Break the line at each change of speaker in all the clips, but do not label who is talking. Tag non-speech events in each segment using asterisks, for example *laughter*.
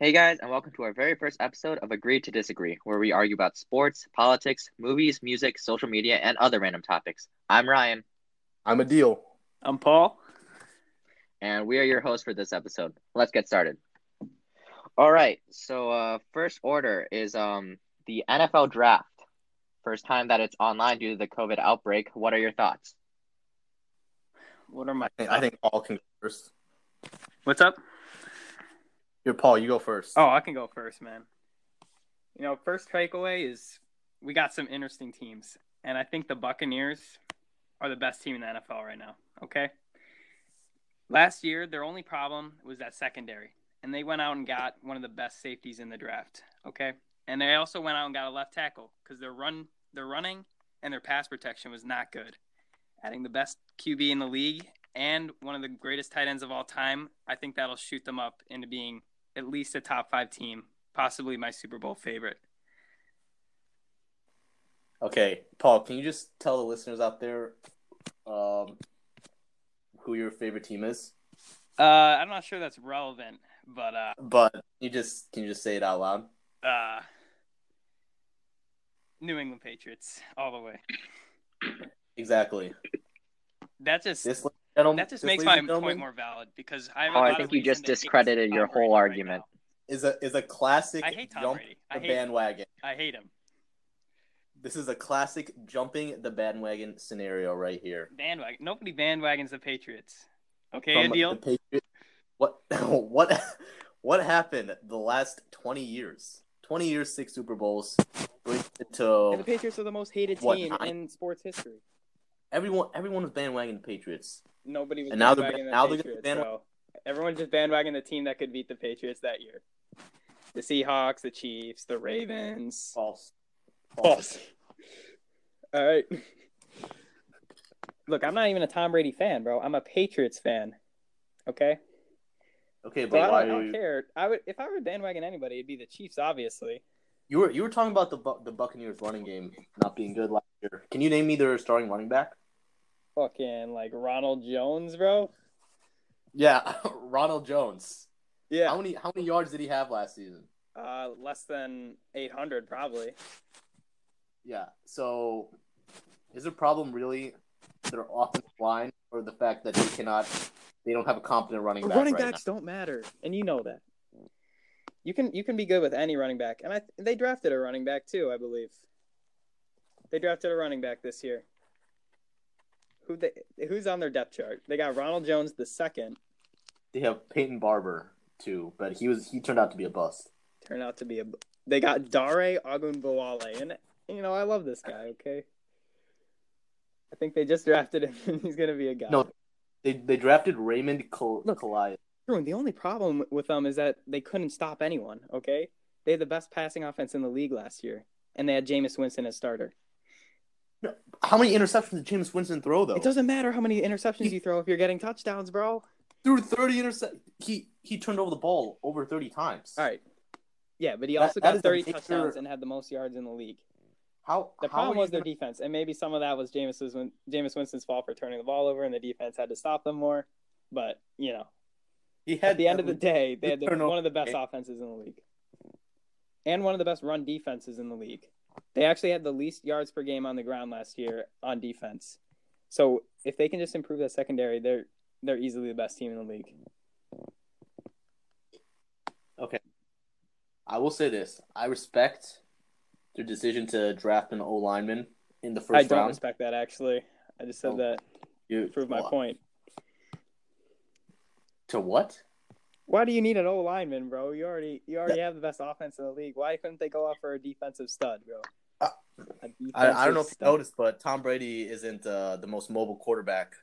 Hey guys, and welcome to our very first episode of Agree to Disagree, where we argue about sports, politics, movies, music, social media, and other random topics. I'm Ryan,
I'm a deal.
I'm Paul.
and we are your hosts for this episode. Let's get started. All right, so uh, first order is um, the NFL draft. First time that it's online due to the COVID outbreak. What are your thoughts?
What are my?
I think- I think Paul can go first.
What's up?
Here, Paul, you go first.
Oh, I can go first, man. You know, first takeaway is we got some interesting teams, and I think the Buccaneers are the best team in the NFL right now. Okay. Last year, their only problem was that secondary, and they went out and got one of the best safeties in the draft. Okay, and they also went out and got a left tackle because their run, their running, and their pass protection was not good. Adding the best QB in the league and one of the greatest tight ends of all time, I think that'll shoot them up into being at least a top five team, possibly my Super Bowl favorite.
Okay, Paul, can you just tell the listeners out there um, who your favorite team is?
Uh, I'm not sure that's relevant, but uh,
But you just can you just say it out loud?
uh, New England Patriots all the way.
Exactly.
That just
This gentleman,
that just
this
makes
ladies
my
and gentlemen,
point more valid because I. Have
Oh,
a
I
lot
think
of
you
reason
just
to hate
discredited your
Tom
whole
Brady right
argument.
is a is a classic
I hate Tom
jump
Brady. I
the
hate him.
bandwagon.
now. I hate him.
This is a classic jumping the bandwagon scenario right here.
Bandwagon. Nobody bandwagons the Patriots. Okay,
From
Adil.
the Patriot- what *laughs* what what happened the last twenty years? Twenty years, six Super Bowls. brings it to
And the Patriots are the most hated
What,
team
nine?
in sports history.
everyone everyone was bandwagon the Patriots.
Nobody was
And now
bandwagoning
they're
the
ban- now they're
Patriots.
gonna
so everyone just bandwagoning the team that could beat the Patriots that year. The Seahawks, the Chiefs, the Ravens.
False.
All right. Look, I'm not even a Tom Brady fan, bro. I'm a Patriots fan. Okay,
Okay,
but I
but
don't,
why
I
are
don't
you,
care. I would if I were bandwagon anybody, it'd be the Chiefs, obviously.
you were you were talking about the Bu- the Buccaneers running game not being good last year. Can you name me their starting running back?
Fucking like Ronald Jones, bro.
Yeah, *laughs* Ronald Jones.
Yeah,
How many how many yards did he have last season?
uh, less than 800 probably.
Yeah. So is the problem really their offensive line or the fact that they cannot they don't have a competent running back
running
right
backs don't matter, and you know that. You can you can be good with any running back, and I they drafted a running back too, I believe. They drafted a running back this year. Who they who's on their depth chart? They got Ronald Jones the second,
now? They have Peyton Barber too, but he was he turned out to be a bust.
turned out to be a. They got Dare Agunbowale, and you know I love this guy. Okay, I think they just drafted him, *laughs* and he's gonna be a guy.
No. They they drafted Raymond Col-
Look,
Kalias.
True, and the only problem with them is that they couldn't stop anyone, okay? They had the best passing offense in the league last year, and they had Jameis Winston as starter.
How many interceptions did James Winston throw though?
It doesn't matter how many interceptions you throw if you're getting touchdowns, bro.
threw 30 intercept he he turned over the ball over 30 times
All right. Yeah, but he
That-
also
that is
got
a
30
bigger-
touchdowns and had the most yards in the league.
how
The
how
problem
are you
was their
gonna-
defense, and maybe some of that was Jameis's, Win- Jameis Winston's fault for turning the ball over, and the defense had to stop them more. But, you know,
he
at the end of the day, they had the,
turnover
one of the best
game.
offenses in the league, and one of the best run defenses in the league. They actually had the least yards per game on the ground last year on defense. So if they can just improve that secondary, they're they're easily the best team in the league.
*laughs* i will say this i respect their decision to draft an o lineman in the first
I don't
round
respect that actually. I just said
Oh,
that
You-
to prove my
well,
point.
to what
Why do you need an O lineman, bro? You already you already have the best offense in the league. Why couldn't they go out for a defensive stud, bro?
Uh,
A
I, I don't know
defensive
if you
stud.
noticed but tom brady isn't uh, the most mobile quarterback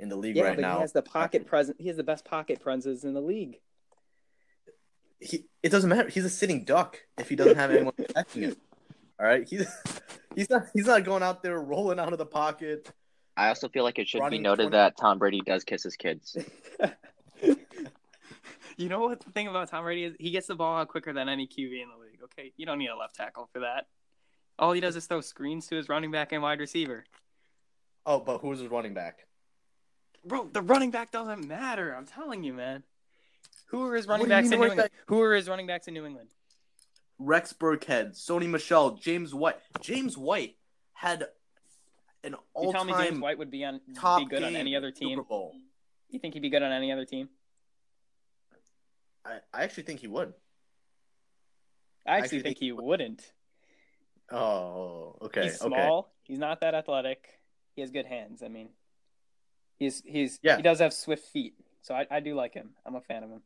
in the league
Yeah,
right
but
now
he has the pocket presence. He has the best pocket presence in the league.
he, it doesn't matter he's a sitting duck if he doesn't have *laughs* anyone protecting him all right he's *laughs* he's not he's not going out there rolling out of the pocket
I also feel like it should be
Running
noted
20
that Tom Brady does kiss his kids.
*laughs* You know what the thing about Tom Brady is? He gets the ball out quicker than any QB in the league. Okay, you don't need a left tackle for that. All he does is throw screens to his running back and wide receiver.
oh but who's his running back
Bro, the running back doesn't matter. I'm telling you, man. Who are his running
do you
backs
mean
in New
right
England? Who are his running backs in New England?
Rex Burkhead, Sony Michelle, James White. James White had an
You tell me James
all-time
White would be on
top
be good on
game
any other
in the
team.
Super Bowl.
You think he'd be good on any other team?
I, I actually think he would.
I actually,
actually think
think he wouldn't.
Oh, okay,
he's
okay.
small. He's not that athletic. He has good hands. I mean, he's he's
Yeah.
he does have swift feet. So I, I do like him. I'm a fan of him.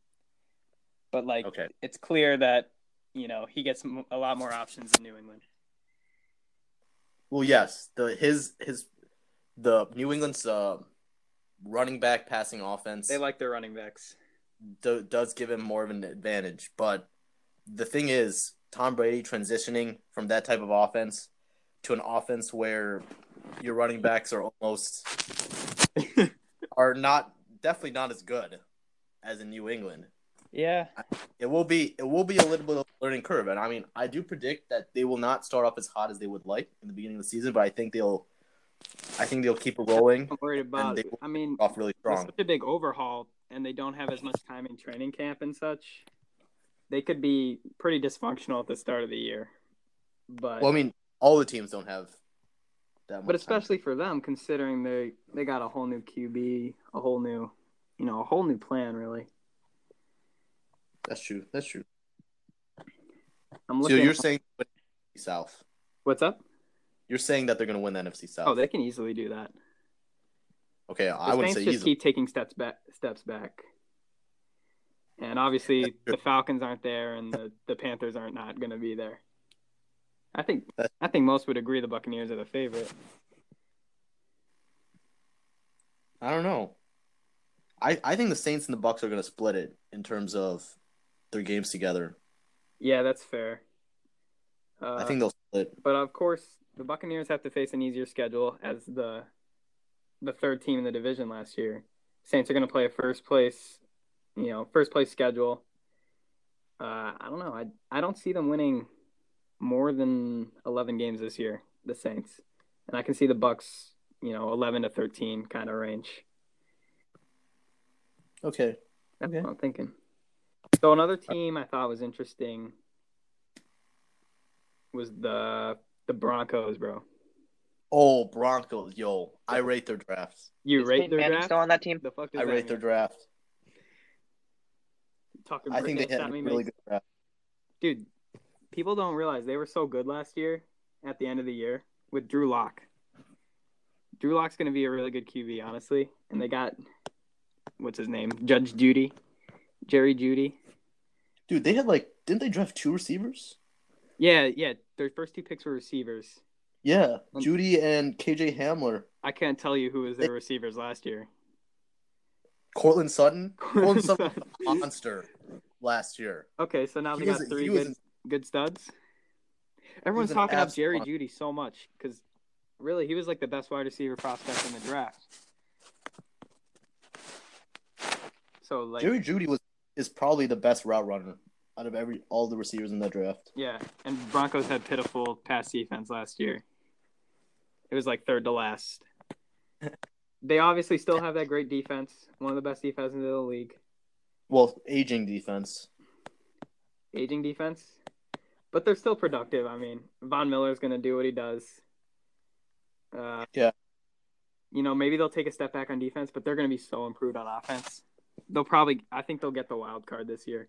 But like,
Okay.
it's clear that you know he gets m- a lot more options in New England.
Well, yes, the his his the New England's uh, running back passing offense
They like their running backs.
do, does give him more of an advantage. But the thing is, Tom Brady transitioning from that type of offense to an offense where your running backs are
*laughs*
almost are not definitely not as good as in New England.
Yeah,
It will be it will be a little bit of a learning curve, and I mean I do predict that they will not start off as hot as they would like in the beginning of the season, but I think they'll I think they'll keep it rolling
I'm worried about.
they
it. I mean,
off really
it's
strong.
such a big overhaul, and they don't have as much time in training camp and such. They could be pretty dysfunctional at the start of the year, but
Well, I mean all the teams don't have that much.
but
time.
especially for them considering they they got a whole new QB, a whole new, you know, a whole new plan really.
that's true. That's true.
I'm
So
looking
you're saying South.
What's up?
You're saying that they're going to win the NFC South.
Oh, they can easily do that.
okay,
The
I wouldn't
Saints
say
just
easily.
keep taking steps back steps back. And obviously the Falcons aren't there and the, the Panthers aren't not going to be there. I think
That's-
I think most would agree the Buccaneers are the favorite.
I don't know. I I think the Saints and the Bucks are going to split it in terms of their games together.
Yeah, that's fair. Uh,
I think they'll split.
but of course the Buccaneers have to face an easier schedule as the the third team in the division last year. Saints are going to play a first place, you know, first place schedule. Uh, I don't know. I I don't see them winning more than eleven games this year. The Saints, and I can see the Bucks, you know, eleven to thirteen kind of range.
Okay.
That's
Okay.
what I'm thinking. So another team I thought was interesting was the the Broncos, bro.
Oh, Broncos, yo. I rate their drafts.
*laughs* You
Is
rate
Peyton
their
Manning
draft?
still on that team?
The fuck does
I
that
rate their
mean?
draft.
Tucker
I think
Brickett,
they had
that
a
mean
really
makes-
good draft.
Dude, people don't realize they were so good last year at the end of the year with Drew Lock. Drew Lock's going to be a really good QB, honestly. And they got, what's his name? Judge Judy. Jerry Judy.
Dude, they had like didn't they draft two receivers?
Yeah, yeah. Their first two picks were receivers.
Yeah,
Um,
Judy and KJ Hamler.
I can't tell you who was their receivers last year.
Cortland Sutton.
*laughs*
Cortland Sutton was
Sutton.
a monster last year.
Okay, so now
He
they
was-
got three
he was
good good studs. Everyone's
an
talking up
abs-
Jerry Judy so much because really he was like the best wide receiver prospect in the draft. So like
Jerry Judy was is probably the best route runner out of every all the receivers in that draft.
yeah, and Broncos had pitiful pass defense last year. It was like third to
*laughs*
last. they obviously still have that great defense, one of the best defenses in the league.
Well, aging defense.
aging defense, but they're still productive. I mean, Von Miller's going to do what he does. Uh,
Yeah.
You know, maybe they'll take a step back on defense, but they're going to be so improved on offense. They'll probably, I think they'll get the wild card this year.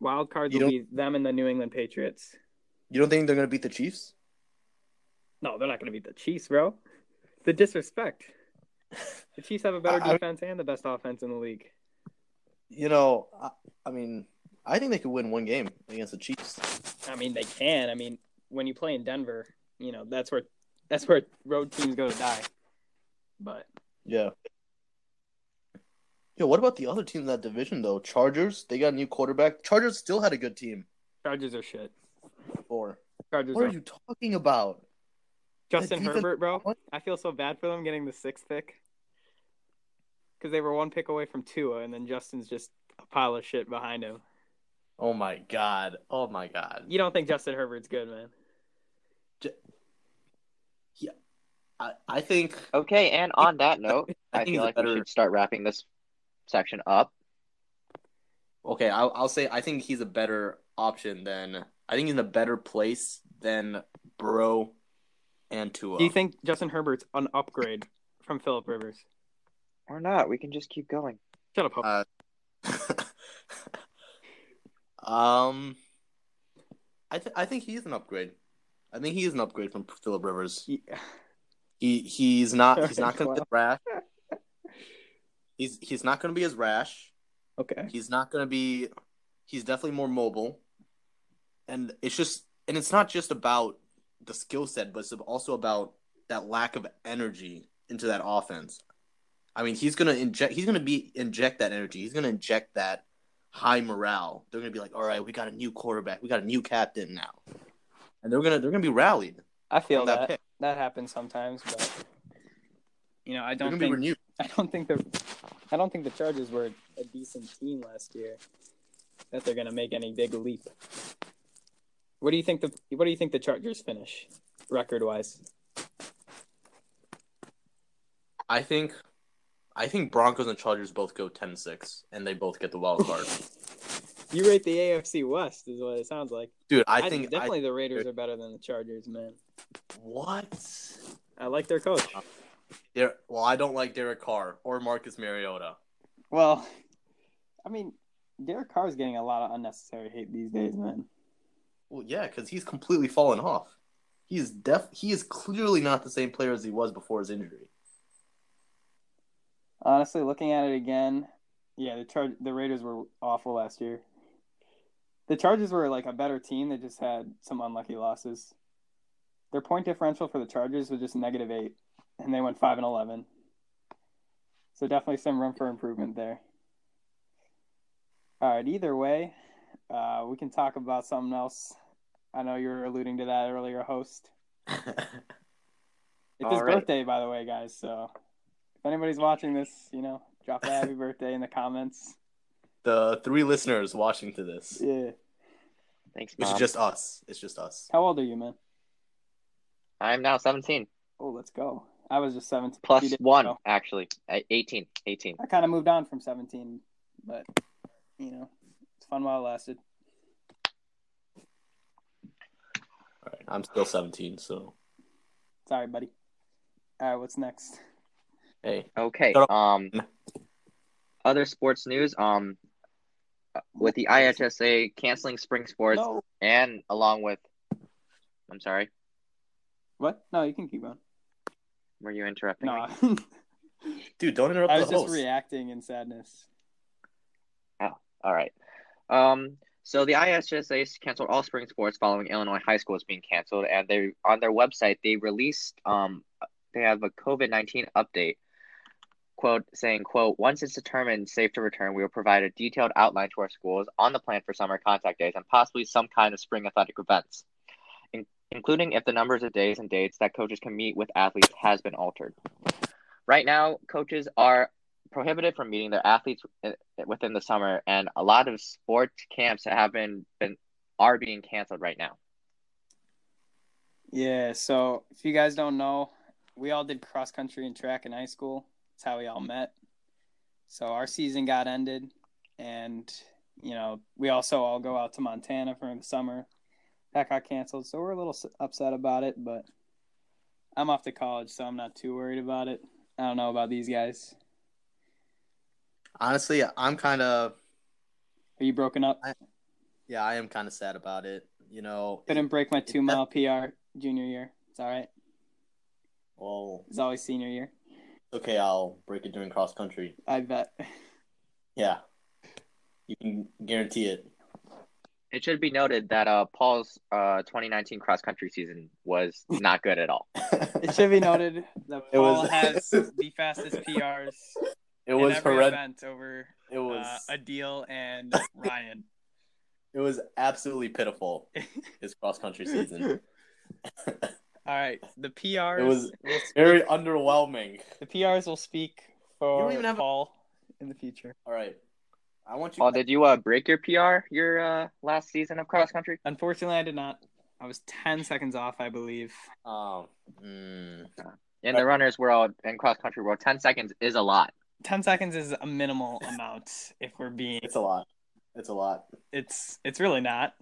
Wild cards
You
will be them and the New England Patriots.
You don't think they're going to beat the Chiefs?
No, they're not going to beat the Chiefs, bro. The disrespect. The Chiefs have a better
I- I-
defense and the best offense in the league.
You know, I, I mean, I think they could win one game against the Chiefs.
I mean, they can. I mean, when you play in Denver, you know that's where that's where road teams go to die. But
Yeah. Yo, what about the other team in that division though? Chargers, they got a new quarterback. Chargers still had a good team
Chargers are shit.
before.
Chargers
What
are
are you talking about?
Justin
defense-
Herbert, bro.
What?
I feel so bad for them getting the sixth pick because they were one pick away from Tua, and then Justin's just a pile of shit behind him.
Oh my god. Oh my god.
You don't think Justin Herbert's good, man?
I, I think
Okay, and on that note,
I
I
think
*laughs*
feel
it's
like we
better-
should start wrapping this section up.
okay, I'll, I'll say I think he's a better option than I think he's in a better place than Bro and Tua.
Do you think Justin Herbert's an upgrade from Philip Rivers?
Or not. We can just keep going.
Shut up. Hope.
Uh, *laughs* um, I th- I think he's an upgrade. I think he is an upgrade from Philip Rivers.
Yeah.
He he's not he's
Alright,
not going to be rash. He's he's not going to be as rash.
Okay.
He's not going to be. He's definitely more mobile, and it's just and it's not just about the skill set, but it's also about that lack of energy into that offense. I mean, he's gonna inject. He's gonna be inject that energy. He's gonna inject that high morale. They're gonna be like, "All right, we got a new quarterback. We got a new captain now," and they're gonna they're gonna be rallied.
I feel
from that
that
pick.
that happens sometimes, but
You know, I
They're
don't
gonna
think
be renewed.
*laughs* I don't think the I don't think the Chargers were a decent team last year that they're going to make any big leap. What do you think the What do you think the Chargers finish record wise?
I think, I think Broncos and Chargers both go 10-6, and they both get the wild *laughs* card.
You rate the AFC West is what it sounds like.
Dude, I think
definitely the Raiders are better than the Chargers, man.
I, what?
I like their coach.
There. Well, I don't like Derek Carr or Marcus Mariota.
Well, I mean, Derek Carr's getting a lot of unnecessary hate these days, man.
Well, yeah, because he's completely fallen off. He is def. He is clearly not the same player as he was before his *laughs* injury.
Honestly, looking at it again, yeah, the Char- the Raiders were awful last year. The Chargers were like a better team. They just had some unlucky losses. Their point differential for the Chargers was just negative eight, and they went five and eleven. So definitely some room for improvement there. All right. Either way, uh, we can talk about something else. I know you were alluding to that earlier, host. It's his
All right.
birthday, by the way, guys. So if anybody's watching this, you know, drop a happy birthday in the comments.
the three listeners watching to this,
Yeah.
Thanks,
which
Mom.
Um,
is just us. It's just us.
How old are you, man?
I'm now 17.
Oh, let's go. I was just 17.
Plus
You did-
one,
oh.
actually. Uh, A- 18. 18.
I kind of moved on from 17, but, you know, it's fun while it lasted.
All right, I'm still 17, so
Sorry, buddy. All right, what's next?
hey,
Okay.
Shut up.
Um, other sports news. Um, with the IHSA canceling spring sports,
No.
and along with, I'm sorry,
What? No, you can keep going.
were you interrupting
No,
me?
dude, don't interrupt
*laughs* I
the
was just
host.
reacting in sadness.
All right. Um, so the IHSA canceled all spring sports following Illinois high schools being canceled, and they on their website they released um, they have a COVID nineteen update. Quote saying, "Quote: Once it's determined safe to return, we will provide a detailed outline to our schools on the plan for summer contact days and possibly some kind of spring athletic events, in- including if the numbers of days and dates that coaches can meet with athletes has been altered. Right now, coaches are prohibited from meeting their athletes uh, within the summer, and a lot of sports camps have been, been are being canceled right now.
Yeah, so if you guys don't know, we all did cross country and track in high school. That's how we all met. So our season got ended, and you know we also all go out to Montana for the summer. That got canceled, so we're a little s- upset about it. But I'm off to college, so I'm not too worried about it. I don't know about these guys.
Honestly, I'm kind of
Are you broken up?
yeah, I am kind of sad about it. You know,
Couldn't break my two mile PR junior year. It's all right.
well,
It's always senior year.
okay, I'll break it during cross country.
I bet. *laughs*
Yeah, you can guarantee it. *laughs*
It should be noted that uh, Paul's uh, 2019 cross country season was not good at all.
It should be noted that
It
Paul
was-
*laughs* has the fastest PRs
It
It
was
every
horrendous.
event over
It was
uh, Adil
*laughs*
and Ryan.
it was absolutely pitiful. His cross
*laughs*
country season.
All right, the PRs.
It was
will-
very underwhelming.
the PRs will speak for
even have a-
Paul in the future.
All right, I want you.
Paul, did you uh, break your PR your uh, last season of cross country?
Unfortunately, I did not. I was ten seconds off, I believe.
um, mm,
And
Uh,
the runners world and cross country world, 10 seconds is a lot.
Ten seconds is a minimal amount if we're being
it's a lot. It's a lot.
It's it's really not.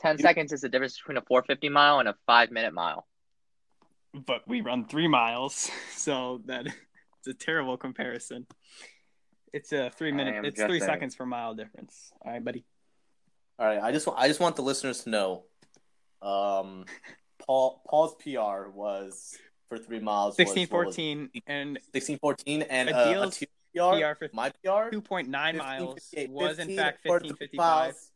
Ten seconds is the difference between a 450 mile and a five minute mile.
*laughs* But we run three miles, *laughs* so that it's a terrible comparison. It's a three
am
minute. It's three
just saying.
seconds per mile difference. All right, buddy.
All right, I just wa- I just want the listeners to know, um, Paul Paul's PR was for three miles
Sixteen
was, what was it?
fourteen and
1614 and
A
uh, a
deal's
two
PR
PR,
for
my PR
two point nine
15,
miles
58,
was
15
in fact
for
fifteen
three
fifty five.
miles,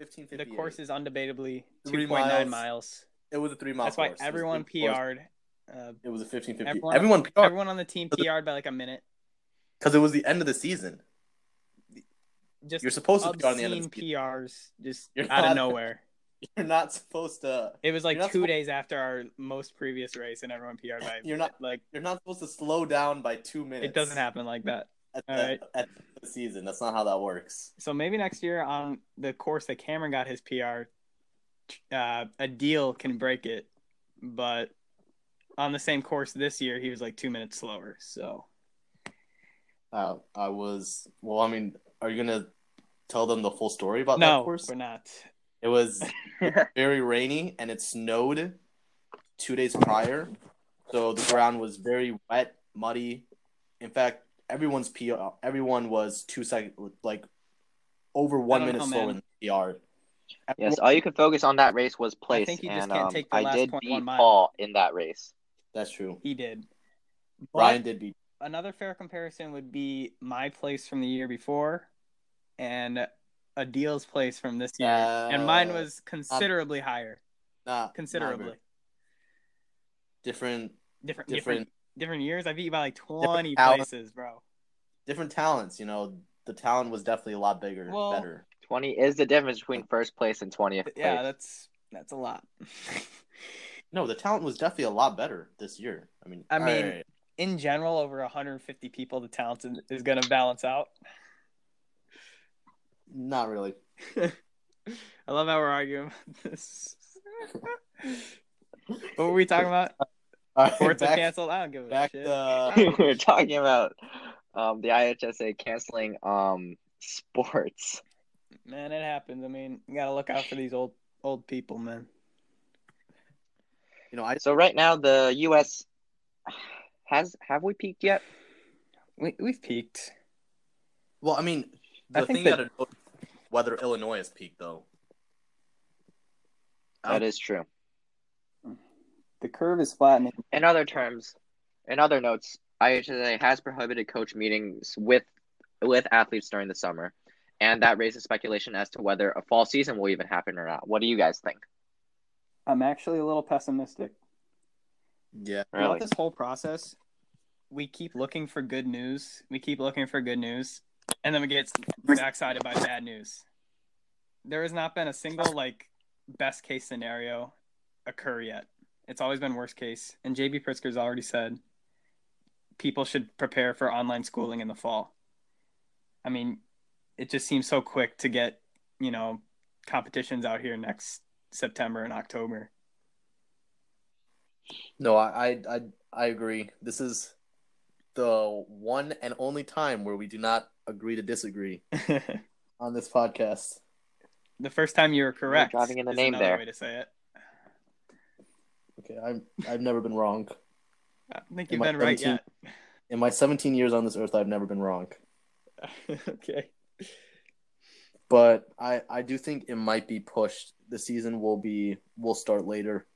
15,
The course is undebatably
Three
two point
miles.
nine miles.
it was a three mile.
That's why
course. It was a
everyone
three mile course.
PR'd. Uh,
It was a 1550. Everyone,
Everyone-
PR'd
everyone on the team
the-
PR'd by like a minute.
because it was the end of the season. *laughs*
Just
You're supposed to PR on the end of
obscene
the season.
PRs just
You're
out
not-
of nowhere.
You're not supposed to.
It was like
You're
two
not supposed-
days after our most previous race, and everyone PR'd by.
You're not.
like
You're not supposed to slow down by two minutes.
it doesn't happen like that.
At the,
All right.
at the end of the season, that's not how that works.
So maybe next year on the course that Cameron got his PR, uh, a deal can break it, but on the same course this year, he was like two minutes slower. So
Uh, I was. Well, I mean, are you gonna tell them the full story about that
no,
course?
we're not.
It was very rainy and it snowed two days prior. So the ground was very wet, muddy. In fact, everyone's PR, everyone was two seconds, like over one
don't
minute
know,
slower
man.
than the PR.
Yes, all you could focus on that race was place.
think you
and,
just can't
um,
take the
I
last
did
0.1
beat
mile.
Paul in that race.
That's true.
He did.
Ryan did beat.
another fair comparison would be my place from the year before and Adil's place from this year. and mine
Uh,
was considerably higher.
Nah,
Considerably.
not really. different,
Different, different
different,
different years. I beat you by like twenty
talent.
places, bro.
different talents. You know, the talent was definitely a lot bigger,
Well,
better.
20 is the difference between first place and 20th
*laughs*
place.
Uh, Yeah, that's that's a lot. *laughs*
No, the talent was definitely a lot better this year. I mean,
I mean,
alright.
In general, over 150 people, the talent is- is going to balance out.
not really.
I love how we're arguing about *laughs* this. what were we talking about?
*laughs* All right,
Sports are
back-
canceled. I don't give a
back
shit.
to-
we were *laughs* talking about um, the IHSA canceling um, sports.
Man, it happens. I mean, you gotta look out for these old old people, man.
You know, I
So right now the U.S. has have we peaked yet?
We we've peaked.
Well, I mean,
I
the
think
thing
that-
that gotta know is whether Illinois has peaked though.
That is true.
The curve is flattening.
In other terms, in other notes, IHSA has prohibited coach meetings with with athletes during the summer, and that raises speculation as to whether a fall season will even happen or not. What do you guys think?
I'm actually a little pessimistic.
Yeah.
Really?
Throughout this whole process, we keep looking for good news. We keep looking for good news, and then we get backsided by bad news. There has not been a single like best case scenario occur yet. It's always been worst case. And JB Pritzker's already said people should prepare for online schooling in the fall. I mean, it just seems so quick to get, you know, competitions out here next September and October. *laughs*
No, I, I I I agree. This is the one and only time where we do not agree to disagree
the
on this podcast.
first time you were correct.
driving in the
is
name
another
there.
Way to say it.
Okay, I'm I've never been wrong.
I don't think
In
you've
my
been right
17
yet.
In my 17 years on this earth, I've never been wrong.
*laughs* okay.
But I I do think it might be pushed. The season will be will start later.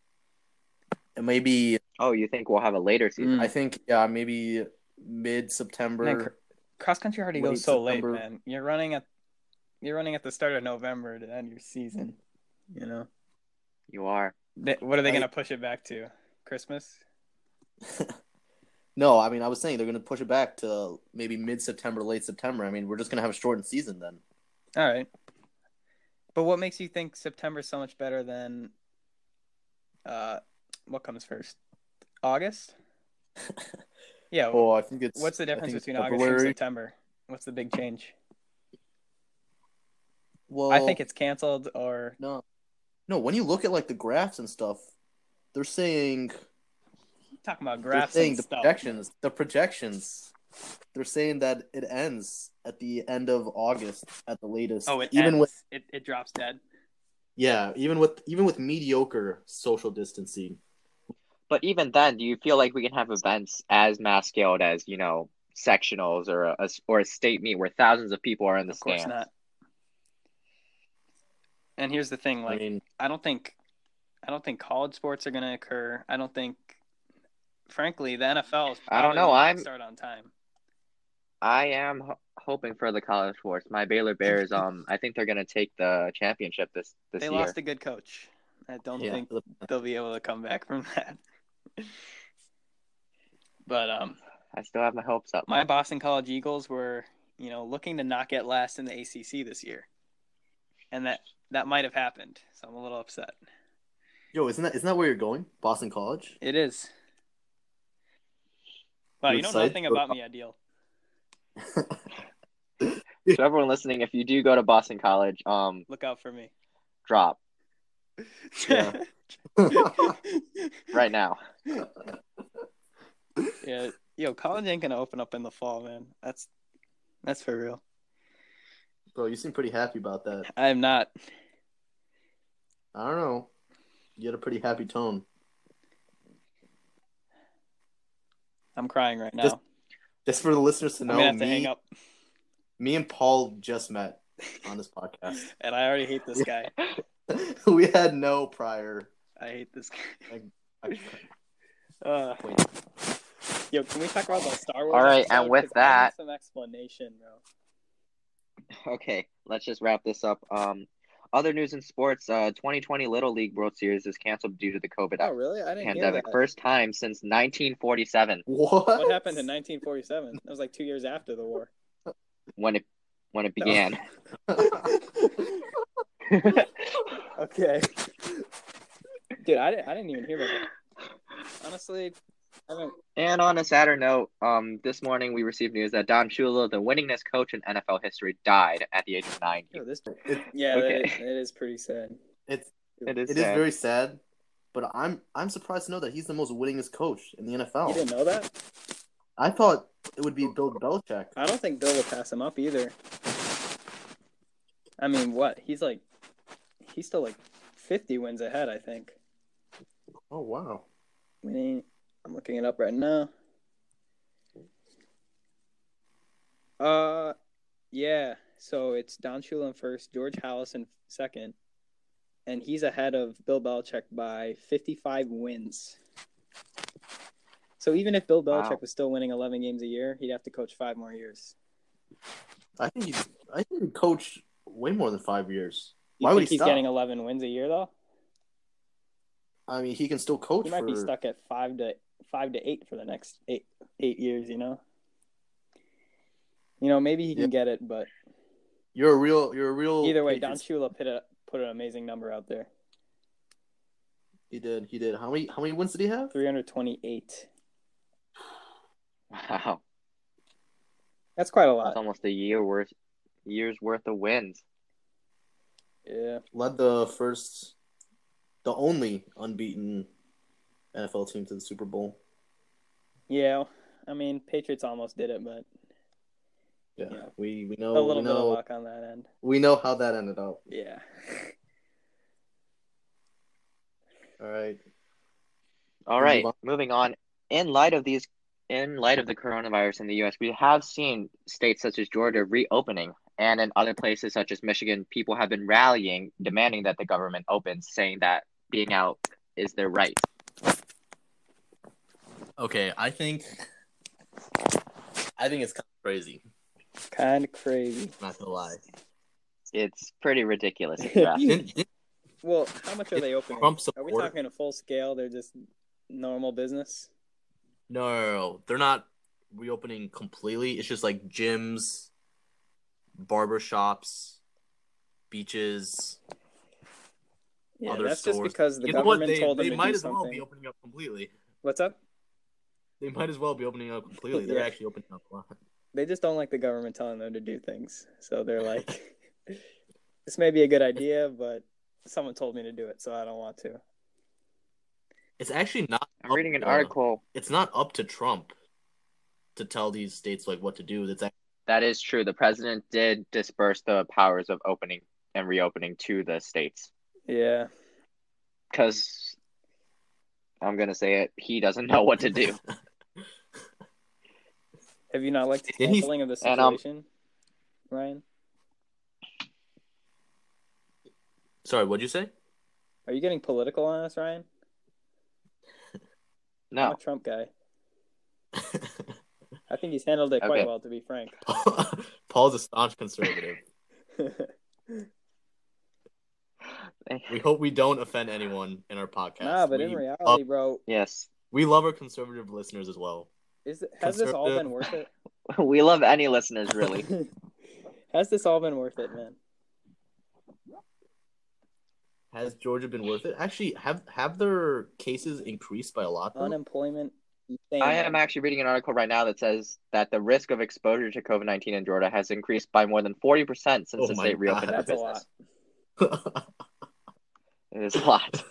It may be
Oh, you think we'll have a later season?
I think yeah, maybe mid
Man, cr-
September.
cross country already
Late
goes so late,
September.
man. You're running at you're running at the start of November to end your season. You know.
You are.
They, what are they
I-
going to push it back to? Christmas.
No, I mean, I was saying they're going to push it back to maybe mid September, late September. I mean, we're just going to have a shortened season then.
All right. But what makes you think September's so much better than uh what comes first? August? yeah.
Oh, I think it's.
what's the
I
difference
think it's
between August and
February.
September? What's the big change?
Well,
I think it's canceled or
no, no. When you look at like the graphs and stuff, they're saying
talking about
they're
graphs
saying
and
the
stuff.
projections. The projections they're saying that it ends at the end of August at the latest.
Oh, it
even
ends.
with
it, it drops dead.
yeah, even with even with mediocre social distancing.
But even then, do you feel like we can have events as mass scaled as you know sectionals or a or a state meet where thousands of people are in the
Of course
stands?
not. And here's the thing, like
I mean,
I don't think I don't think college sports are going to occur. I don't think frankly the NFL is
I don't
probably
know.
gonna
I'm-
start on time.
I am ho- hoping for the college sports. My Baylor *laughs* Bears, um, I think they're gonna take the championship this this
They
year.
lost a good coach. I don't
yeah,
think they'll be able to come back from *laughs* that. but um
I still have my hopes up.
my Boston College Eagles were, you know, looking to not get last in the ACC this year. And that that might have happened. So I'm a little upset.
yo, isn't that isn't that where you're going? Boston
*laughs*
College.
It is. Wow,
You
you know
excited
nothing
for-
about me, Ideal.
*laughs* So everyone listening, if you do go to Boston College, um,
Look out for me.
drop
*laughs*
Yeah.
right now. *laughs*
Yeah. Yo, college ain't gonna open up in the fall, man. That's that's for real.
Bro, you seem pretty happy about that.
I am not.
I don't know. You had a pretty happy tone.
I'm crying right now.
Just Just for the listeners to
I'm
know,
gonna have to
me,
hang up.
me and Paul just met on this podcast. *laughs*
And I already hate this guy.
we had
*laughs*
no prior.
I hate this guy.
Wait,
Uh,
*laughs*
yo, can we talk about the Star Wars?
All right,
episode?
and with
'Cause I need
that-
some explanation, bro.
Okay, let's just wrap this up. Um, other news in sports: uh, 2020 Little League World Series is canceled due to the COVID
Oh, really? I didn't hear
pandemic.
that.
First time since 1947
what?
What
*laughs*
happened in 1947? That was like two years after the war.
when it when it began.
*laughs* Okay. Dude, I didn't, I didn't even hear about that. Honestly, I don't.
and on a sadder note, um, this morning we received news that Don Shula, the winningest coach in NFL history, died at the age of 90.
Yo,
*laughs*
this,
It-
yeah,
Okay.
that, it is pretty sad.
it's
It is,
it is
sad.
very sad, but I'm I'm surprised to know that he's the most winningest coach in the
Oh.
NFL.
You didn't know that?
I thought it would be Bill Belichick.
I don't think Bill would pass him up either. I mean, what? He's like, he's still like 50 wins ahead, I think.
Oh wow.
I mean, I'm looking it up right now. Uh, yeah. So it's Don Shula in first, George Hallis in second, and he's ahead of Bill Belichick by 55 wins. So even if Bill Belichick
Wow.
was still winning 11 games a year, he'd have to coach five more years.
I think he's I think he coached way more than five years.
You
Why would
think
he
he's
stop?
getting 11 wins a year though?
I mean, he can still coach.
He might
for,
be stuck at five to five to eight for the next eight eight years. You know. You know, maybe he can
Yeah.
get it, but
You're a real. You're a real.
Either way, Don
Patriots-
Shula put, a, put an amazing number out there
He did. He did. How many? How many wins did he have?
328.
Wow,
That's quite a
that's
lot.
almost a year worth years worth of wins.
Yeah.
Led the first, the only unbeaten NFL team to the Super Bowl.
Yeah. I mean, Patriots almost did it, but
Yeah,
Yeah.
we we
a
know we
little bit of
know
luck on that end.
we know how that ended up.
Yeah. *laughs*
All right.
All
Move
right,
on.
moving on. In light of these, in light of the coronavirus in the U.S., we have seen states such as Georgia reopening, and in other places such as Michigan, people have been rallying, demanding that the government open, saying that being out is their right.
Okay, I think. I think it's kind of crazy.
Kind of
*laughs*
crazy.
Not gonna lie.
It's pretty ridiculous. if
*laughs*
*laughs* you ask me.
Didn't, didn't
Well, how much are they opening?
Trump
Are we
supporter-
talking a full scale? They're just normal business?
No, no, no, no. they're not reopening completely. It's just like gyms, barber shops, beaches.
Yeah,
Other
that's just
stores.
because the
You know what?
government
They,
told them
they
to
might
do
as
something.
well be opening up completely.
What's up?
They might as well be opening up completely. They're
Yeah.
actually opening up a lot.
They just don't like the government telling them to do things. So they're like, *laughs* this may be a good idea, but someone told me to do it, so I don't want to.
It's actually not.
I'm reading an
up, uh,
article.
It's not up to Trump. to tell these states like what to do. That's act-
That is true. The president did disperse the powers of opening and reopening to the states
Yeah.
because I'm going to say it, he doesn't know what to do.
Have you not liked the
Did he-
handling of the
and, um,
situation, Ryan?
Sorry, what'd you say? *laughs*
Are you getting political on us, Ryan? I'm
No.
a Trump guy. *laughs* I think he's handled it quite
Okay.
well, to be
*laughs*
frank.
Paul's a staunch conservative. We hope we don't offend anyone in our podcast.
nah, but
we,
in
love,
reality, bro,
yes. *laughs*
we love our conservative listeners as well.
is it- has this all been
*laughs*
worth it?
We love any listeners, really.
*laughs* has this all been worth it, man?
Has Georgia been worth it? Actually, have have their cases increased by a lot? though?
Unemployment.
I am actually reading an article right now that says that the risk of exposure to COVID 19 in Georgia has increased by more than 40% since
Oh
the
my
state reopened
God.
their
That's a lot.
business. It is a lot.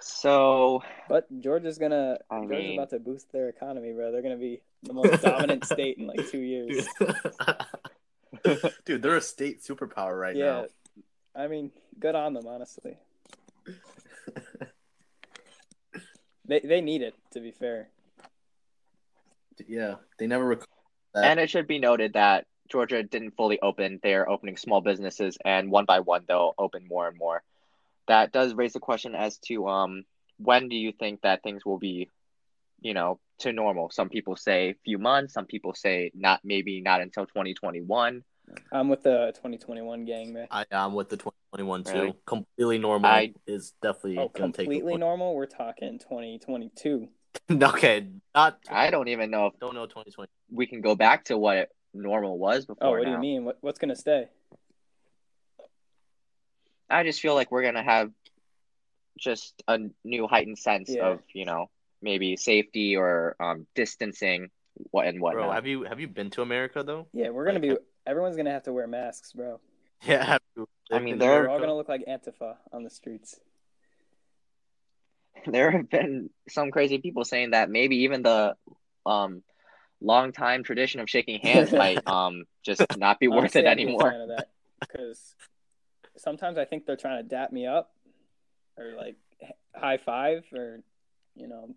So,
But Georgia's gonna
I
Georgia's
mean-
about to boost their economy, bro. They're gonna be the most
*laughs*
dominant state in like two years.
Dude. *laughs* Dude, they're a state superpower right
yeah.
now.
I mean, good on them, honestly. they they need it, to be fair.
Yeah, they never. Rec-
and it should be noted that Georgia didn't fully open. They are opening small businesses, and one by one, they'll open more and more. That does raise the question as to um, when do you think that things will be, you know, to normal? Some people say few months. Some people say not, maybe not until 2021.
I'm with the 2021 gang, man.
I am with the 2021 too.
Really?
Completely normal
I-
is definitely
Oh,
gonna take.
completely
the-
normal. We're talking 2022.
*laughs* okay, not.
I don't even know if
don't know 2020.
we can go back to what it, normal was before.
Oh, what do
now.
you mean? What, what's gonna stay?
I just feel like we're gonna have just a new heightened sense
Yeah.
of you know maybe safety or um, distancing, what and
Bro,
whatnot.
have you have you been to America
*laughs*
though?
Yeah, we're gonna be. Everyone's gonna have to wear masks, bro.
Yeah. Have you
I
lived
mean,
in
they're-
We're all
America?
gonna look like Antifa on the streets.
*laughs* there have been some crazy people saying that maybe even the um long time tradition of shaking
*laughs*
hands might um just not be worth it anymore.
Because sometimes I think they're trying to dap me up, or like h- high five, or you know,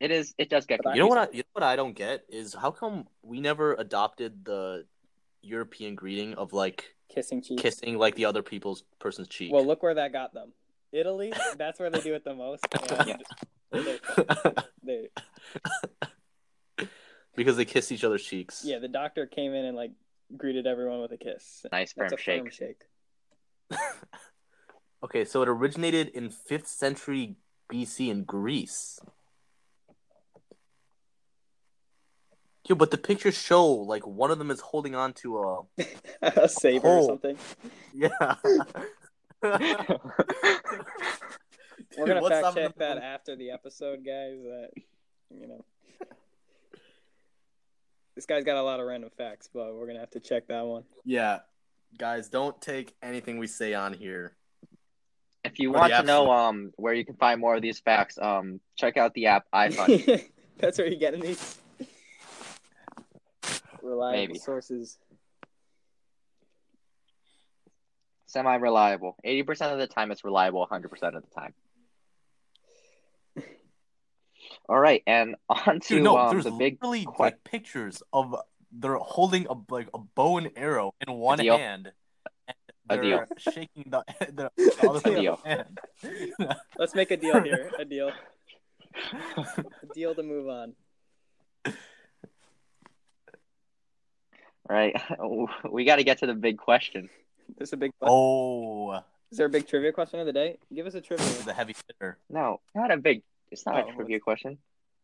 It is it does get
But I-
You know what I you know what I don't get is how come we never adopted the European greeting of like
kissing cheek.
kissing like the other people's person's cheek.
Well, look where that got them. Italy, that's where they do it
*laughs*
the most. and
Yeah.
*laughs*
they-
because they kiss each other's cheeks.
yeah, the doctor came in and like greeted everyone with a kiss.
nice firm
That's a
shake.
firm shake.
Okay, so it originated in 5th century BC in Greece. Yo, but the pictures show like one of them is holding on to a *laughs*
*laughs* a saber or
Oh.
something.
yeah.
We're *laughs*
Dude,
gonna
*laughs* what's
fact
up
check
with
that
the-
after the episode, guys. That you know, this guy's got a lot of random facts, but we're gonna have to check that one.
*laughs* Yeah, guys, don't take anything we say on here.
If you
Or the
want to
app
know
store.
um where you can find more of these facts, um check out the
*laughs*
app iFund.
That's where you're getting these reliable
Maybe.
sources.
Semi reliable. Eighty percent of the time it's reliable, hundred percent of the time. All right, and *laughs* on to
Dude, no,
um,
there's
the big
literally
que-
like pictures of they're holding a like a bow and arrow in one
deal.
hand,
A
and they're
deal.
shaking the, the, *laughs* the other
A deal.
hand. *laughs*
Let's make a deal here. A deal. A deal to move on.
right. *laughs* we got to get to the big question.
There's a big.
oh,
Is there a big trivia question of the day? Give us a trivia.
this is a heavy hitter.
No, not a big. It's not
Oh,
a trivia question.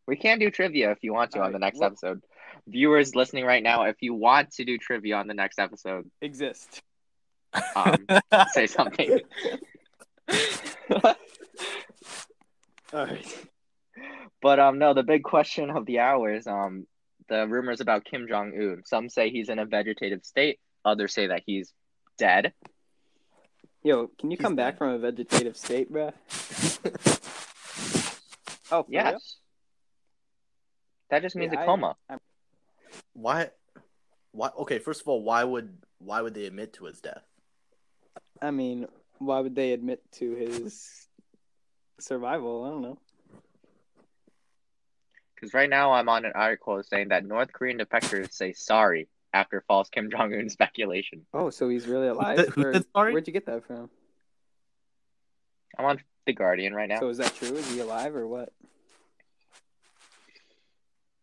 We can do trivia if you want to on the
Alright,
next
well-
episode. Viewers listening right now, if you want to do trivia on the next episode,
Exist. *laughs*
um, say something.
All right.
But um, no, the big question of the hour is um, the rumors about Kim Jong Un. Some say he's in a vegetative state. Others say that he's dead.
Yo, can you
He's
come back
dead. *laughs*
from a vegetative state, bruh? oh, for
Yes.
real?
That just means
Yeah,
a
I-
coma.
Why? Why? Okay, first of all, why would why would they admit to his death?
I mean, why would they admit to his survival? I don't know.
Because right now I'm on an article saying that North Korean defectors say sorry after false Kim Jong Un *laughs* speculation.
Oh, so he's really alive?
said- who
Or-
said sorry?
Where'd you get that from?
I'm on The Guardian right now.
So is that true? Is he alive or what?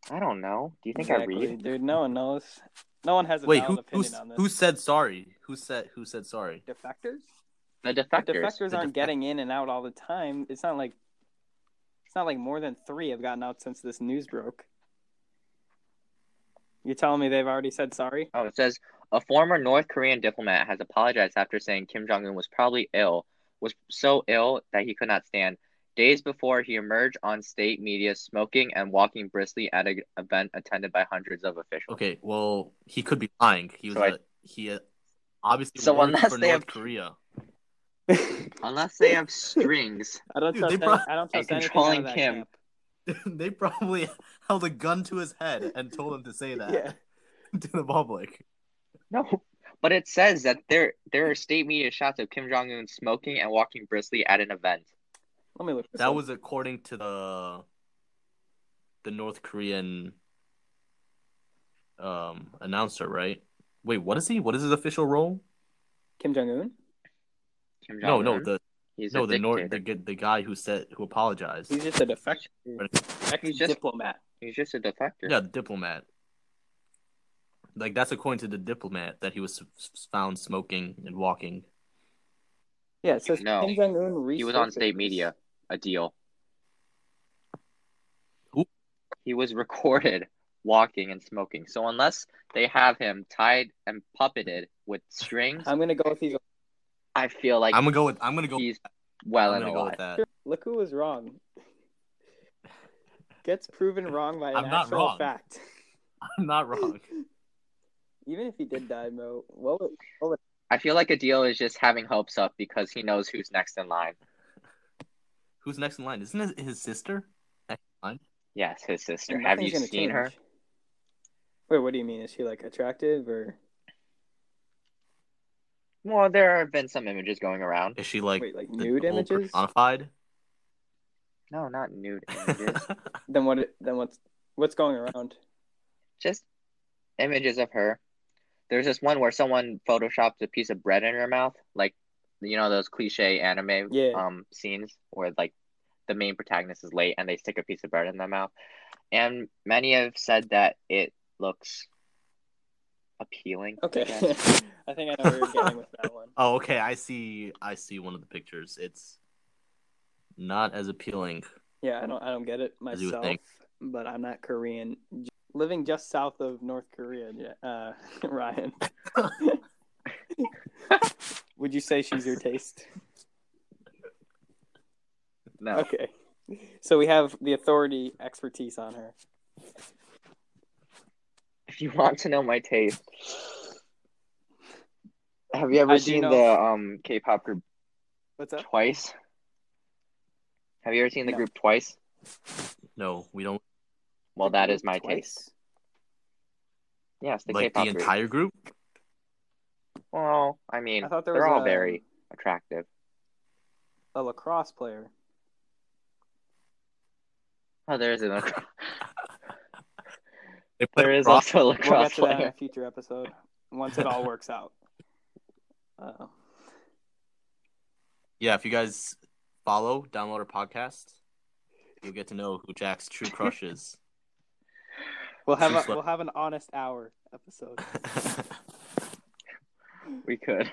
I don't know. Do you think I read?
Dude, no one knows. No one has a
Wait,
valid
who, who
opinion on this.
who said sorry? Who said who said sorry?
defectors?
The
But
defectors.
defectors
The defect-
aren't *laughs* getting in and out all the time. It's not like it's not like more than three have gotten out since this news broke. You telling me they've already said sorry? *laughs*
Oh, it says a former North Korean diplomat has apologized after saying Kim Jong Un was probably ill, was so ill that he could not stand. Days before he emerged on state media smoking and walking briskly at an event attended by hundreds of officials.
Okay, well he could be lying. He was
So I-
a, he uh, obviously
So
worked
unless
for
they
North
have-
Korea. *laughs*
I
Unless they have strings.
don't
Dude,
trust.
they
Any,
brought-
I don't trust
Hey,
anything out
controlling
of that
Kim.
camp.
they probably *laughs* held a gun to his head and told him to say that
Yeah.
*laughs* to the public.
*laughs* No, but it says that there there are state media shots of Kim Jong Un smoking and walking briskly at an event.
Let me look. This
That
up.
was according to the the North Korean um announcer, right? Wait, what is he? What is his official role?
Kim Jong Un.
Kim
No,
Jong-un,
no, the
he's
no,
a
the North, the
dictator.
gu- the guy who said who apologized.
He's just a defector.
Right.
Defector
just-
diplomat.
He's just a defector.
Yeah, the diplomat. Like that's according to the diplomat that he was s- s- found smoking and walking.
Yeah, it says
No.
Kim Jong Un.
He was on state media, a deal.
Who?
He was recorded walking and smoking. So unless they have him tied and puppeted with strings,
I'm gonna go *laughs* with these.
I feel like
I'm gonna go with I'm gonna go.
he's well
I'm
and
gonna go with
alive.
that. *laughs*
Look who was *laughs* wrong. Gets proven wrong by an
I'm not
actual
wrong.
fact.
I'm not wrong.
*laughs* Even if he did die, Mo, what would, what would
I feel like a deal is just having hopes up because he knows who's next in line.
Who's next in line? Isn't it his sister?
Yes, his sister.
nothing's
Have you
gonna
seen her?
change. Wait, what do you mean? Is she like attractive or
Well, there have been some images going around.
Is she like,
wait, like
the
nude
whole
images?
personified?
No, not
*laughs*
nude images.
Then what? Then what's what's going around?
just images of her. There's this one where someone photoshopped a piece of bread in her mouth, like you know those cliche anime
Yeah.
um scenes where like the main protagonist is late and they stick a piece of bread in their mouth. And many have said that it looks appealing. I
Okay, *laughs*
guess.
I think I know where you're getting with that one.
Oh, okay. I see. I see one of the pictures. It's not as appealing.
Yeah, I don't I don't get it
As you would
myself,
think.
but I'm not Korean. J- Living just south of North Korea, yeah, uh, *laughs* Ryan. Would you say she's your taste?
No.
Okay. So we have the authority expertise on her.
If you want to know my taste, have you ever
I do
seen
know-
the um K-pop group
What's up?
Twice? Have you ever seen the
No.
group Twice?
No, we don't
Well, that is my
Twice?
taste. Yes, the
like
K-pop
the
group.
entire group.
Well, I mean,
I thought there
they're
was
all
um,
very attractive.
a
*laughs*
lacrosse player.
Oh, there is an
They play
*laughs* there is
rock-
also a
We'll
lacrosse
get to that in a
player. *laughs*
future episode once it all works out. Uh,
Yeah, if you guys follow, download our podcast, you'll get to know who Jack's true crush *laughs* is.
we'll have a,
Seems like-
we'll have an honest hour episode.
We could.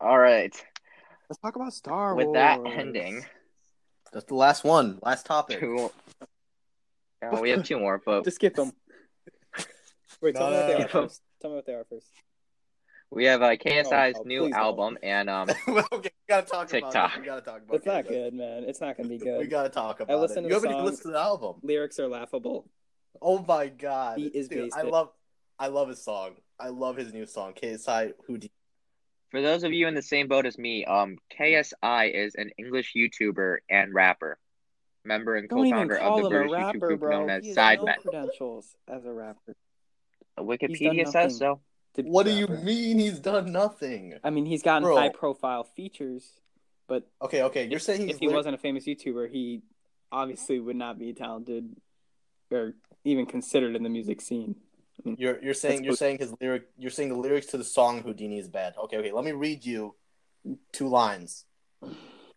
All right.
Let's talk about Star
With
Wars.
that ending,
That's the last one. Last *laughs* topic.
*laughs*
two. Uh, we have two more, but
just skip
*laughs*
them. Wait, tell me what they
No.
are first. Tell me what they are first.
we have uh, KSI's
Oh, no,
new
please don't.
album and um
okay, we gotta talk about
TikTok.
it. We gotta talk about
It's not
it.
good, man. It's
*laughs*
not gonna be
*laughs* We
good.
gotta talk about
listened
it.
to
you
the
haven't even
songs.
listened to the album.
Lyrics are laughable.
Oh my god.
He is
Dude, I
wasted.
love I love his song. I love his new song, KSI Houdini.
for those of you in the same boat as me, um KSI is an English YouTuber and rapper. member and
Don't even
co-founder
call
of
him
the
a
British YouTube
rapper,
group
bro.
known as
He has no
*laughs*
Sidemen.
credentials as a rapper.
Wikipedia
nothing.
says so.
to be
What do
a
you
rapper.
mean he's done nothing?
I mean, he's gotten
Bro.
high-profile features, but
Okay, okay, you're saying he's
if he
lit-
wasn't a famous YouTuber, he obviously would not be talented or even considered in the music scene.
You're you're saying you're saying his lyric you're saying the lyrics to the song Houdini is bad. Okay, okay. Let me read you two lines.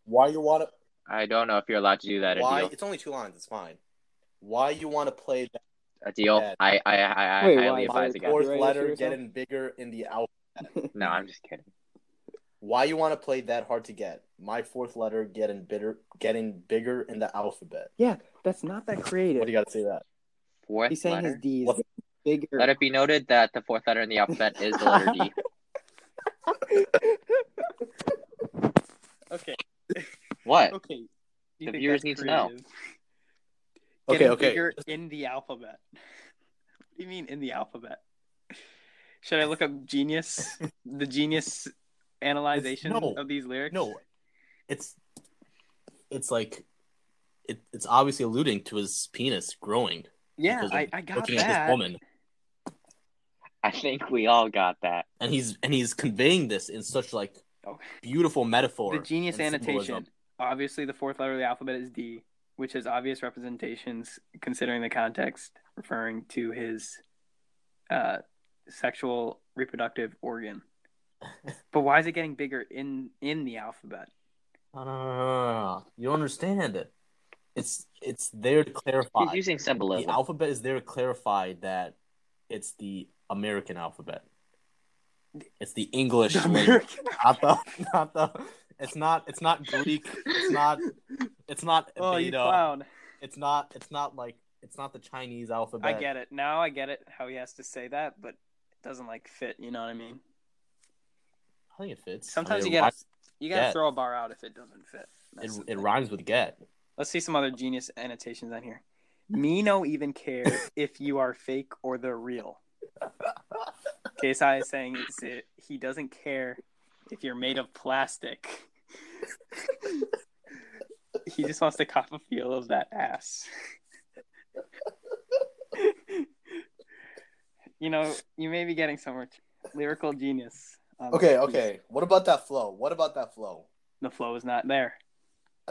Why you want to
I don't know if you're allowed to do that. A
why
deal.
it's only two lines, it's fine. Why you want to play that
A deal.
bad.
I I I, I
Wait, why?
highly advise
Why-
against.
Copyright
fourth
issue
letter
or
getting bigger in the alphabet?
No, I'm just kidding.
Why you want to play that hard to get? My fourth letter getting bitter getting bigger in the alphabet.
That's not that
What
creative.
do you got to say to that?
Fourth
he's saying
letter.
his D's
What?
bigger.
Let it be noted that the fourth letter in the alphabet is the letter
*laughs*
D.
Okay.
What?
Okay. Do you
The
think
viewers
that's
need to know.
creative?
Okay,
Getting
okay.
Bigger in the alphabet. What do you mean in the alphabet? Should I look up genius?
*laughs*
the genius analyzation
No.
of these lyrics?
No, it's it's like it, it's obviously alluding to his penis growing.
Yeah,
Because
I,
of
I got
Looking at
that.
this woman,
I think we all got that.
and he's and he's conveying this in such like
Oh.
beautiful metaphor.
the genius
and
annotation.
symbolism.
Obviously, the fourth letter of the alphabet is D, which has obvious representations considering the context, referring to his uh, sexual reproductive
*laughs*
organ. but why is it getting bigger in in the alphabet?
No, no, no, no, no, no. You don't understand it. It's it's there to clarify.
He's using
the
symbolism.
alphabet is there to clarify that it's the American alphabet. It's the *laughs* English,
The
language,
American-
not the, not the. It's not. It's not Greek. It's not. It's not.
*laughs* oh, you
Beta.
clown!
It's not. It's not like. It's not the Chinese alphabet.
I get it now. I get it how he has to say that, but it doesn't like fit. You know what I mean?
I think it fits. I
Sometimes
mean,
you
it
gotta you gotta
Yeah.
throw a bar out if it doesn't fit.
rhymes-
That's the
It, it
thing.
rhymes with get.
Let's see some other genius annotations
*laughs*
on here. Me no even care if you are fake or the real. KSI is saying it's it, he doesn't care if you're made of plastic. he just wants to cop a feel of that ass. you know, you may be getting somewhere. Lyrical genius. Um,
Okay. Okay. What about that flow? What about that flow?
The flow is not there.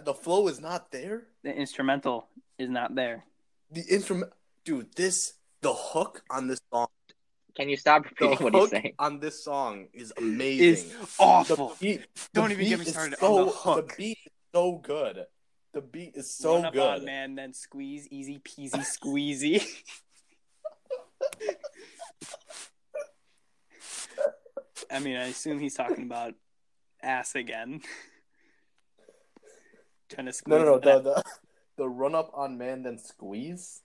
The flow is not there.
The instrumental is not there.
The instrument, dude. This the hook on this song.
*laughs*
Can you stop
The
repeating what he's
hook
saying?
on this song is amazing.
Is awful.
The beat,
Don't
the
even get
beat
me
is
started on
so,
the hook.
beat is so good. The beat is so
Run up
good.
on man, then squeeze, easy peasy, squeezy. I mean, I assume he's talking about ass again. Trying to squeeze.
No, no, no.
it
The,
out.
the *laughs* the run up on man then squeeze.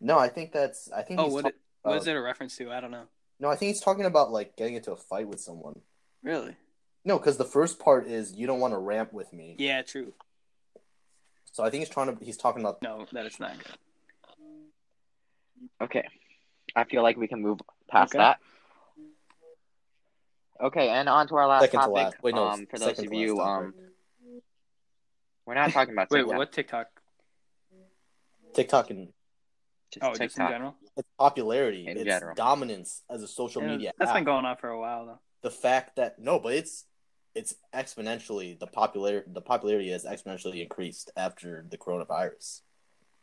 No, I think that's. I think.
oh,
he's
what,
talk-
it, what is
about-
it a reference to? I don't know.
No, I think he's talking about like getting into a fight with someone.
Really?
No, because the first part is you don't want to ramp with me.
Yeah, true.
So I think he's trying to. He's talking about.
No, that it's not good.
Okay. I feel like we can move past
Okay.
that. Okay, and on to our last
Second to
topic.
last. Wait, no,
um, for those
second
of
to last
you,
topic.
um, we're not talking about
Wait,
TikTok.
what TikTok?
TikTok and
Just
Oh,
TikTok.
just in general.
its popularity,
In
its
general.
dominance as a social
Yeah,
media.
That's
app.
been going on for a while though.
the fact that no, but it's it's exponentially the popular the popularity has exponentially increased after the coronavirus.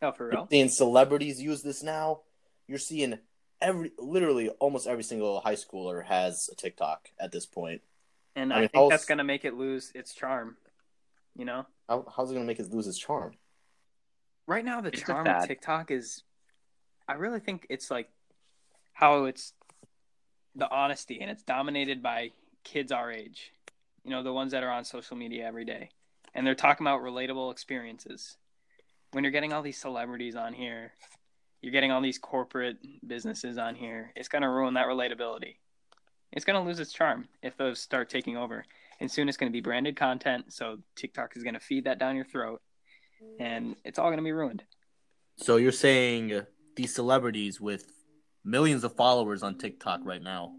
Oh, for
You're
real?
seeing celebrities use this now. You're seeing every literally almost every single high schooler has a TikTok at this point.
And
I
I,
mean,
think
how's-
that's gonna make it lose its charm. You know.
How, how's it gonna make it lose its charm?
right now the
It's just
charm
bad.
of TikTok is I really think it's like how it's the honesty and it's dominated by kids our age. You know, the ones that are on social media every day. And they're talking about relatable experiences. When you're getting all these celebrities on here, you're getting all these corporate businesses on here, it's gonna ruin that relatability. It's gonna lose its charm if those start taking over. And soon it's gonna be branded content, so TikTok is gonna feed that down your throat and it's all gonna be ruined.
So you're saying these celebrities with millions of followers on TikTok right now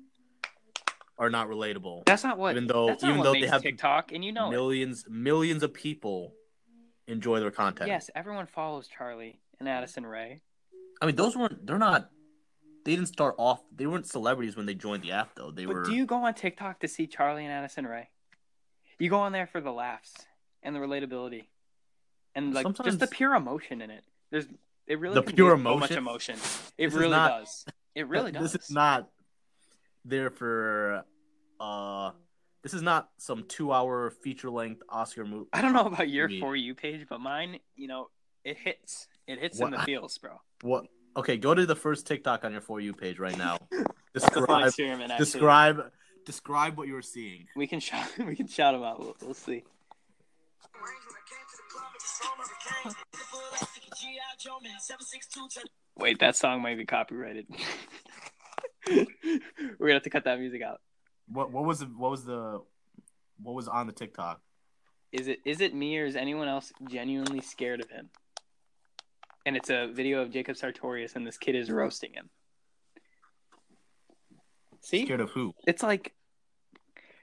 are not relatable.
That's not what.
Even though-
that's not
even
what
though they
makes
have
TikTok, and you know, it.
millions millions of people enjoy their content.
Yes, everyone follows Charlie and Addison Ray.
I mean, those weren't. They're not. They didn't start off. They weren't celebrities when they joined the app, though. They
but
were.
do you go on TikTok to see Charlie and Addison Ray? You go on there for the laughs and the relatability, and like just the
Sometimes-
pure emotion in it. There's it really
The
conveys
pure
so much
emotion?
emotion. It
This is
really
not-
does. It really
Th-
does.
*laughs* This is not there for. Uh, this is not some two-hour feature-length Oscar movie.
I don't know about your
Me.
for you page, but mine, you know, it hits. It hits in
What-
the
*laughs*
feels, bro.
What? Okay, go to the first TikTok on your for you page right
*laughs*
now.
It's a *laughs* fun
describe,
experiment. Actually.
describe, describe what you were seeing.
We can shout. *laughs* We can shout them out. We'll, we'll see. Wait, that song might be copyrighted. *laughs* We're gonna have to cut that music out.
What? What was? The, what was the? What was on the TikTok?
Is it is it me or is anyone else genuinely scared of him? And it's a video of Jacob Sartorius and this kid is roasting him. See?
Scared of who?
it's like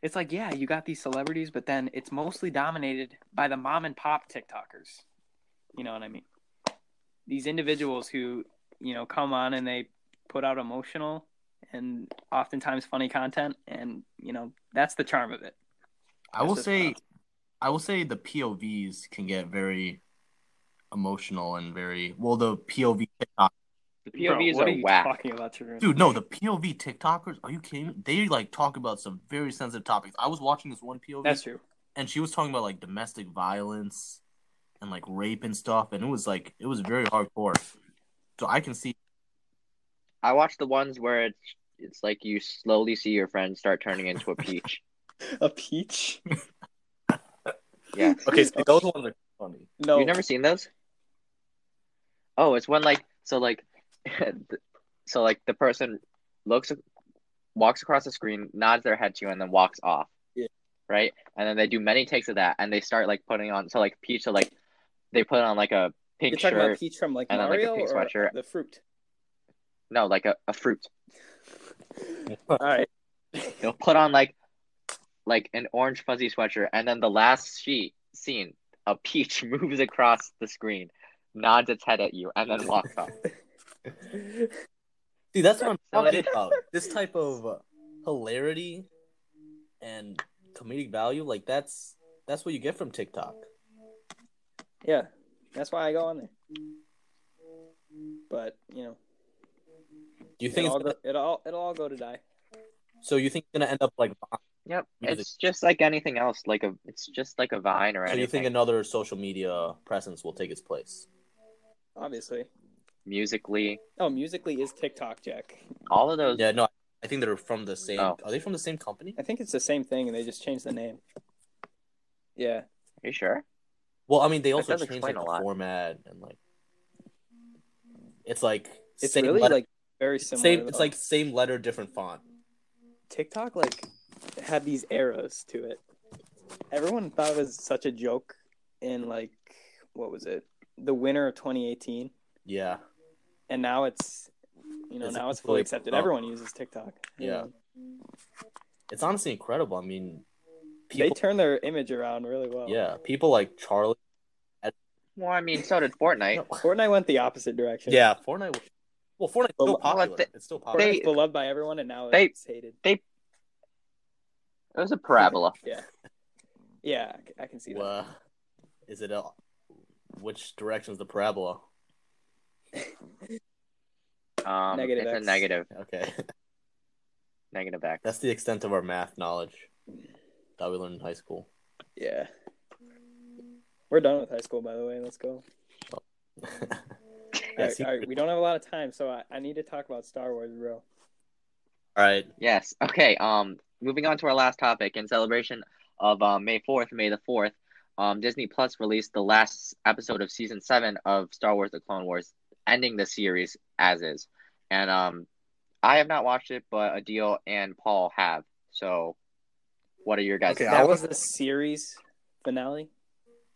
it's like yeah you got these celebrities but then it's mostly dominated by the mom and pop tiktokers you know what i mean these individuals who you know come on and they put out emotional and oftentimes funny content and you know that's the charm of it
I will
That's
say,
just-
I will say the POVs can get very emotional and very well. The POV TikTok,
The
Bro,
POVs
what
are,
are you
whack.
talking about Tarun?
dude. No, the POV TikTokers. Are you kidding? me? They like talk about some very sensitive topics. I was watching this one POV,
that's true
and she was talking about like domestic violence and like rape and stuff, and it was like it was very hardcore. So I can see.
I watch the ones where it's it's like you slowly see your friend start turning into a
*laughs*
peach.
A
*laughs*
peach?
yeah.
Okay, so those ones are funny.
No.
You've never seen those? Oh, it's when like so like *laughs* so like the person looks walks across the screen, nods their head to you, and then walks off.
Yeah.
Right? And then they do many takes of that and they start like putting on so like Peach so like they put on like a
You're
pink
talking about
shirt.
peach from like
and then, like, a
Mario
pink
or
sweatshirt.
the
*laughs*
fruit?
No, like a, a fruit.
All right.
They'll put on like like an orange fuzzy sweatshirt and then the last she scene, a peach *laughs* moves across the screen, nods its head at you, and then walks off.
Dude, that's what I'm
So
talking
it-
about. This type of uh, hilarity and comedic value, like that's that's what you get from TikTok.
Yeah, that's why I go on there. But you know,
Do you
it'll
think it's
all,
gonna,
go, it'll all it'll all go to die.
so? You think it's gonna end up like? Vine?
Yep,
Music. Oh,
it's just like anything else. Like a, it's just like a vine or
So
anything.
you think another social media presence will take its place?
Obviously.
Musically,
Oh, musically is TikTok, Jack.
all of those.
Yeah, no, I think they're from the same.
Oh.
Are they from the same company?
I think it's the same thing, and they just changed the name. Yeah,
Are you sure?
Well, I mean, they
That
also
does
changed
explain
like,
a
the
lot.
format and like it's like
it's
same
really
letter-
like very similar.
same. It's
though.
like same letter, different font.
TikTok like had these eras to it. Everyone thought it was such a joke in like what was it? The winter of 2018,
Yeah,
and now it's you know
It's
now it's fully
completely
accepted.
blown up.
Everyone uses TikTok.
Yeah. it's honestly incredible. I mean,
they
people.
turn their image around really well.
yeah, people like Charlie.
Well, I mean,
*laughs*
so did Fortnite.
No.
*laughs* Fortnite went the opposite direction.
Yeah, Fortnite. was- Well, Fortnite's
Well,
still
let
popular.
the-
it's still
Fortnite's
popular.
They-
beloved by everyone, and now
they-
it's hated.
It was a parabola.
Yeah, I c- I can see that.
Well, is it? A, which direction is the parabola?
Um,
Negative
it's
X.
a negative,
Okay, *laughs*
negative X.
that's the extent of our math knowledge that we learned in high school. *laughs*
Yeah. We're done with high school, by the way. Let's go. All right,
Yes, he-
all right, we don't have a lot of time, so I, I need to talk about Star Wars, bro.
all right.
Yes. Okay. Um, moving on to our last topic in celebration of um, May Fourth, May the Fourth. Um, Disney Plus released the last episode of season seven of Star Wars: The Clone Wars, ending the series as is. And um, I have not watched it, but Adil and Paul have. So, what are your guys'
Okay,
thoughts?
that was the series finale,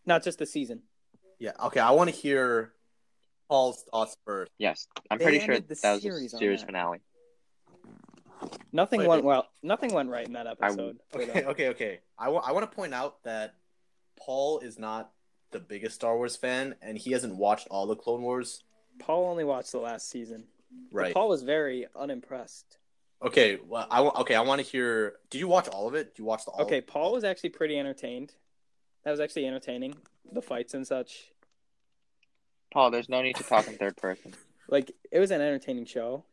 not just the season.
Yeah. Okay. I want to hear Paul's thoughts first.
Yes, I'm
They
pretty sure
ended the
that was the
series on
series
that.
finale.
Nothing
Wait,
went
wait.
well. Nothing went right in that
I-
*laughs*
episode. for
Okay.
them.
Okay. Okay. I want to point out that Paul is not the biggest Star Wars fan, and he hasn't watched all the Clone Wars.
Paul only watched the last season. But
Right.
Paul was very unimpressed.
Okay. Well, I wa- okay. I want to hear. Did you watch all of it? Did you watch the all?
Okay, Paul was actually pretty entertained. That was actually entertaining. The fights and such.
Paul, there's no need to talk in third person.
Like it was an entertaining show.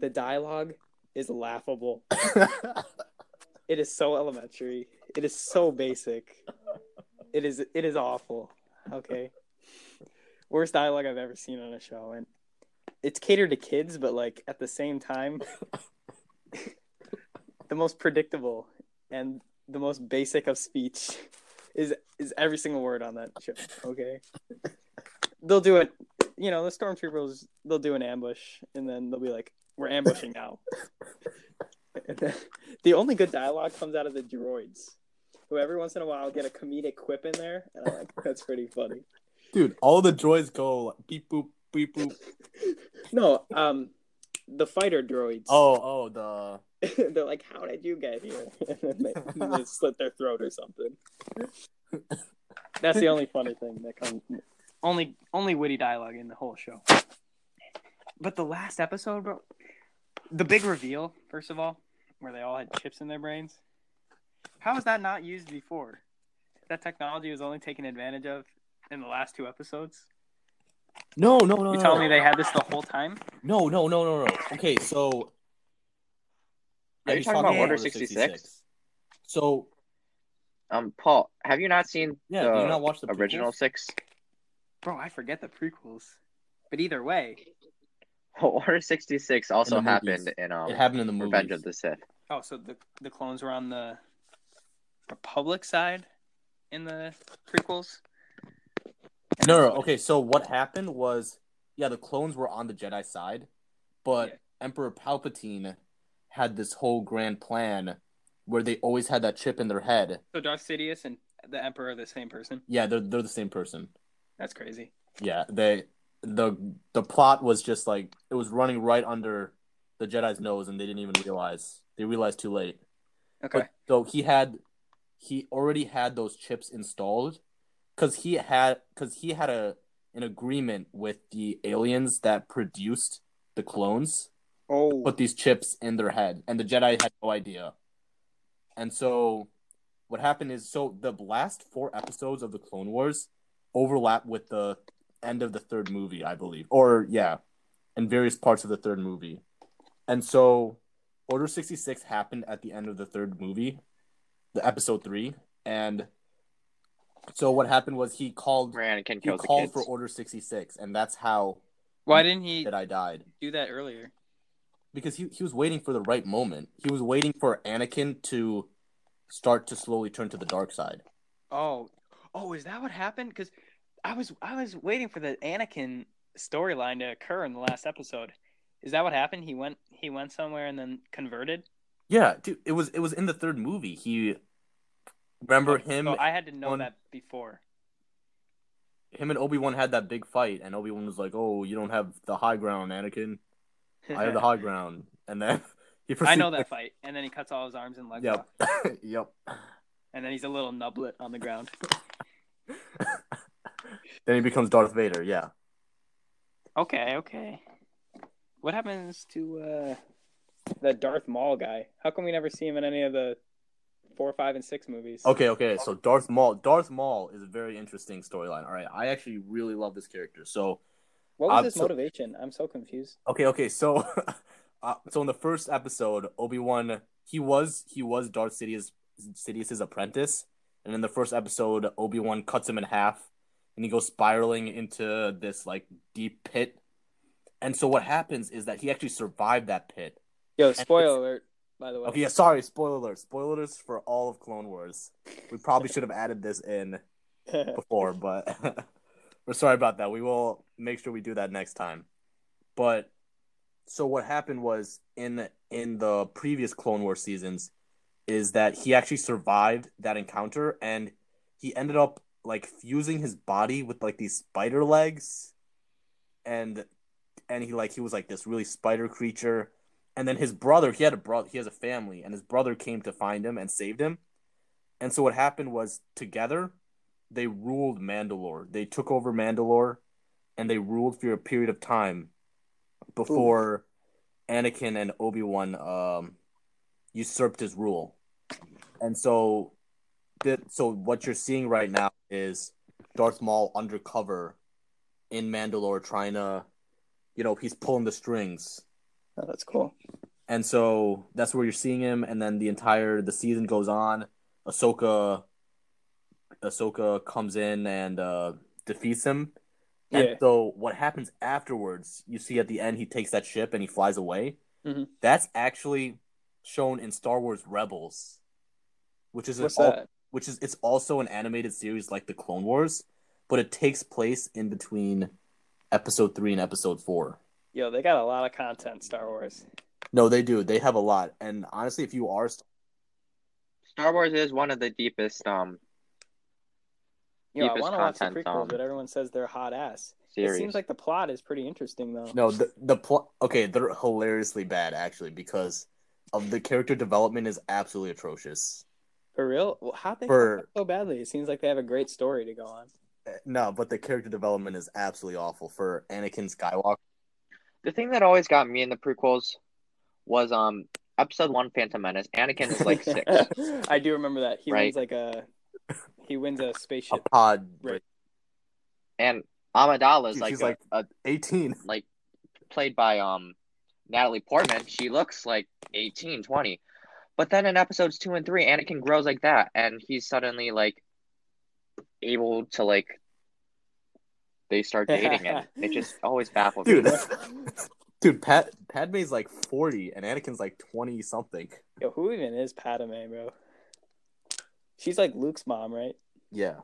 The dialogue is laughable. It is so elementary. It is so basic. It is it is awful. Okay. Worst dialogue I've ever seen on a show and it's catered to kids but like at the same time *laughs* the most predictable and the most basic of speech is is every single word on that show, okay? They'll do it, you know, the stormtroopers they'll do an ambush and then they'll be like we're ambushing now. *laughs* And then- the only good dialogue comes out of the droids, who every once in a while get a comedic quip in there, and I'm like, that's pretty funny.
*laughs* dude, all the droids go like beep boop beep boop.
No, um, the fighter droids.
Oh, oh, the
*laughs*
they're like, how did you get here? *laughs* And then they, and they slit their throat or something. That's the only funny thing that comes.
Only only witty dialogue in the whole show. But the last episode, bro, the big reveal, first of all, where they all had chips in their brains. How was that not used before? That technology was only taken advantage of in the last two episodes.
no, no, no.
You
no,
telling
no.
me they had this the whole time?
No, no, no, no, no. Okay, so.
Are
I
you
just
talking
saw
about Order
66.
66?
So
Um, Paul, have you not seen
yeah,
the
did you not watch the
original
prequels?
six? *laughs*
Bro, I forget the prequels. But either way,
Order sixty six also
In the movies.
happened in um
It happened in the movies.
Revenge of the Sith.
oh, so the the clones were on the Republic side in the prequels. And
No, no,
that's-
okay. So what happened was, yeah, the clones were on the Jedi side, but
Yeah.
Emperor Palpatine had this whole grand plan where they always had that chip in their head.
So Darth Sidious and the Emperor are the same person.
Yeah, they're they're the same person.
That's crazy.
Yeah, they the the plot was just like it was running right under the Jedi's nose, and they didn't even realize. They realized too late.
Okay.
But so he had, he already had those chips installed, because he had because he had a an agreement with the aliens that produced the clones,
Oh,
put these chips in their head, and the Jedi had no idea. And so, what happened is so the last four episodes of the Clone Wars overlap with the end of the third movie, I believe, or yeah, and various parts of the third movie. And so, Order 66 happened at the end of the third movie, the episode three. And so, what happened was he called,
Where Anakin
he
kills the
called
kids.
for Order 66, and that's how
Why didn't he
Jedi died
do that earlier?
because he, he was waiting for the right moment. He was waiting for Anakin to start to slowly turn to the dark side.
Oh, oh, is that what happened? Because I was I was waiting for the Anakin storyline to occur in the last episode. Is that what happened? He went he went somewhere and then converted.
Yeah, dude, it was it was in the third movie. He remember him
So Oh, I had to know
on-
that before.
him and Obi Wan had that big fight, and Obi Wan was like, "Oh, you don't have the high ground, Anakin. I
*laughs*
have the high ground." And then *laughs* he
I know that fight, and then he cuts all his arms and legs off,
Yep, *laughs* yep.
and then he's a little nublet on the ground.
Then he becomes Darth Vader. Yeah.
Okay, okay. What happens to uh?
that Darth Maul guy. How come we never see him in any of the four, five, and six movies?
Okay, okay. So Darth Maul, Darth Maul is a very interesting storyline. All right, I actually really love this character. So
What was
I'm
his
so-
motivation? I'm so confused.
Okay, okay. So, *laughs* uh, so in the first episode, Obi Wan he was he was Darth Sidious Sidious's apprentice, and in the first episode, Obi Wan cuts him in half, and he goes spiraling into this like deep pit. And so what happens is that he actually survived that pit.
Yo, spoiler alert, by the way. *laughs*
Okay, yeah, sorry, spoiler alert. Spoilers for all of Clone Wars. We probably should have added this in *laughs*
Oh,
before, but we're sorry about that. We will make sure we do that next time. But so what happened was in in the previous Clone War seasons is that he actually survived that encounter and he ended up like fusing his body with like these spider legs and and he like he was like this really spider creature and then his brother he had a brother he has a family and his brother came to find him and saved him and so what happened was together they ruled Mandalore. They took over Mandalore, and they ruled for a period of time before Anakin and Obi Wan um, usurped his rule. And so, that so what you're seeing right now is Darth Maul undercover in Mandalore, trying to, you know, he's pulling the strings
Oh, that's cool.
and so that's where you're seeing him. And then the entire the season goes on. Ahsoka, Ahsoka comes in and uh, defeats him.
Yeah.
And so what happens afterwards? You see at the end he takes that ship and he flies away.
Mhm.
That's actually shown in Star Wars Rebels, which is an
What's
al-
that?
which is it's also an animated series like the Clone Wars, but it takes place in between episode three and episode four.
Yo, they got a lot of content. Star Wars.
No, they do. They have a lot. And honestly, if you are
Star Wars is one of the deepest um
Yo, I
Deepest
want to watch the
content,
prequels,
um,
but everyone says they're hot ass.
series.
It seems like the plot is pretty interesting though.
No, the the plot. Okay, they're hilariously bad actually because of the character development is absolutely atrocious.
For real? Well, how they
For-
fuck up so badly? It seems like they have a great story to go on.
Uh, No, but the character development is absolutely awful for Anakin Skywalker.
the thing that always got me in the prequels was um episode one Phantom Menace. Anakin is like six.
*laughs*
*laughs*
I do remember that he wins
Right.
like a he wins a
A
*laughs*
spaceship.
pod
Right.
And Amidala is
Dude,
like
she's
a,
like-
a
eighteen. *laughs*
like played by um Natalie Portman. She looks like 18, 20. But then in episodes 2 and 3 Anakin grows like that and he's suddenly like able to like they
*laughs*
start dating and it just always baffles
Dude,
me.
dude, Pat Padme's like forty and Anakin's like twenty something.
Yo, who even is Padme, bro? She's like Luke's mom, right?
Yeah,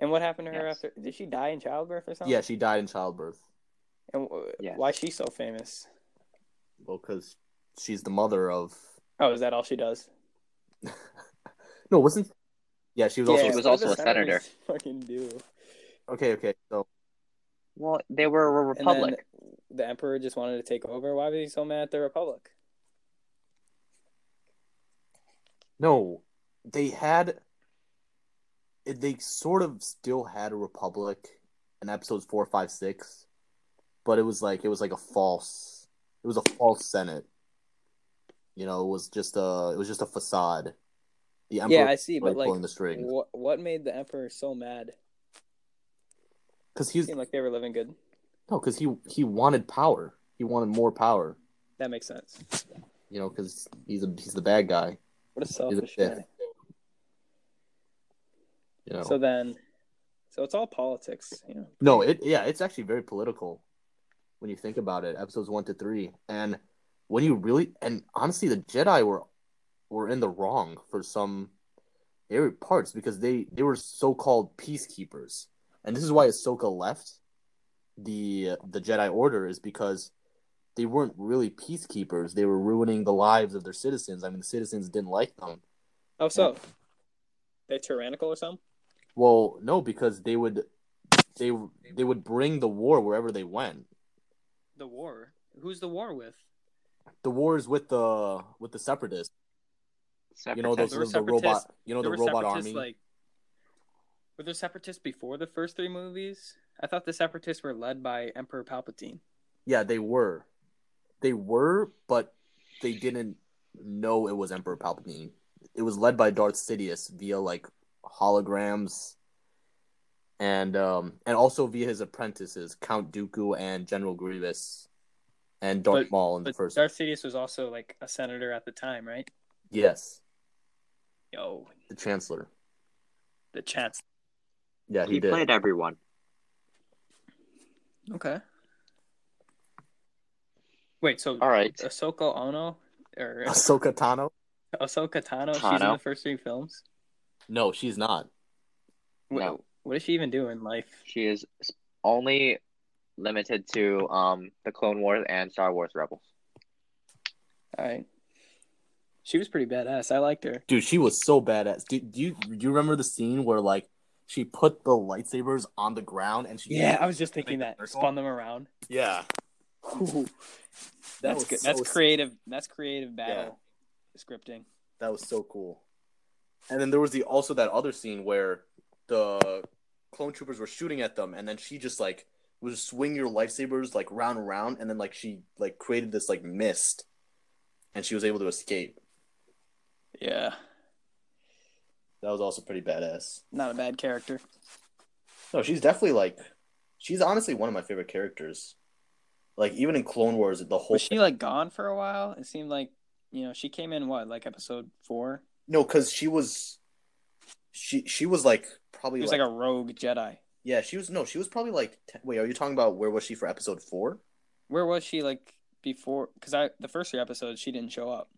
And what happened to her
Yes.
after? Did she die in childbirth or something?
yeah, she died in childbirth.
And w-
Yes.
why is she so famous?
Well, because she's the mother of.
Oh, is that all she does?
No, wasn't. Yeah, she was also
Yeah. She was also a senator.
Fucking do.
okay. Okay, so
Well, they were
And
a
then
republic.
the emperor just wanted to take over. Why was he so mad at the republic?
No, they had. They sort of still had a republic in episodes four, five, six, but it was like it was like a false. It was a false senate. You know, it was just a it was just a facade. The emperor
yeah, I
was
see, but
pulling
like,
the strings
what what made the emperor so mad?
because he's
Seemed like they were living good.
no because he he wanted power. He wanted more power.
That makes sense.
You know, because he's a he's the bad guy.
What a
He's a
selfish
shit.
man.
You know,
So then, so it's all politics, you know.
No, it yeah, it's actually very political when you think about it. Episodes one to three, and when you really and honestly, the Jedi were were in the wrong for some area parts because they they were so called peacekeepers, and this is why Ahsoka left the the Jedi Order is because they weren't really peacekeepers. They were ruining the lives of their citizens. I mean, the citizens didn't like them.
Oh, so they tyrannical or something?
Well, no, because they would they they would bring the war wherever they went.
The war. Who's the war with?
the wars with the with the separatists. You know those
Separatists.
There were
the robot.
separatists.
You know Oh, the
There were
robot
separatists,
army.
Like, were there separatists before the first three movies? I thought the separatists were led by Emperor Palpatine.
Yeah, they were, they were, but they didn't know it was Emperor Palpatine. It was led by Darth Sidious via like holograms, and um and also via his apprentices Count Dooku and General Grievous, and Darth
But-
Maul in the
But
first.
Darth Sidious was also like a senator at the time, right?
yes,
Yo,
the Chancellor.
the chance.
Yeah, he,
he
did. *laughs*
played everyone.
Okay. Wait, so
All right.
Ahsoka Ono
*laughs*
or
Ahsoka Tano?
Ahsoka Tano, she's in
Tano.
the first three films.
No, she's not.
Wh-
No.
What does she even do in life?
She is only limited to um the Clone Wars and Star Wars Rebels.
All right.
She was pretty badass. I liked her.
dude she was so badass do, do you do you remember the scene where like she put the lightsabers on the ground and she
Yeah, I was just thinking
Like
that.
the circle?
Spun them around.
yeah
Ooh,
That
that's
was
good.
so
that's creative. That's creative battle scripting.
that was so cool And then there was the also that other scene where the clone troopers were shooting at them, and then she just like was swing your lightsabers like round and round, and then like she like created this like mist, and she was able to escape.
Yeah.
That was also pretty badass.
Not a bad character.
No, she's definitely like, she's honestly one of my favorite characters. Like even in Clone Wars, the whole
Was she like gone for a while? It seemed like you know she came in what like episode four.
no, because she was, she she was like probably
She was like a rogue Jedi.
yeah she was no she was probably like te- wait are you talking about where was she for episode four?
Where was she like before? Because I the first three episodes she didn't show up.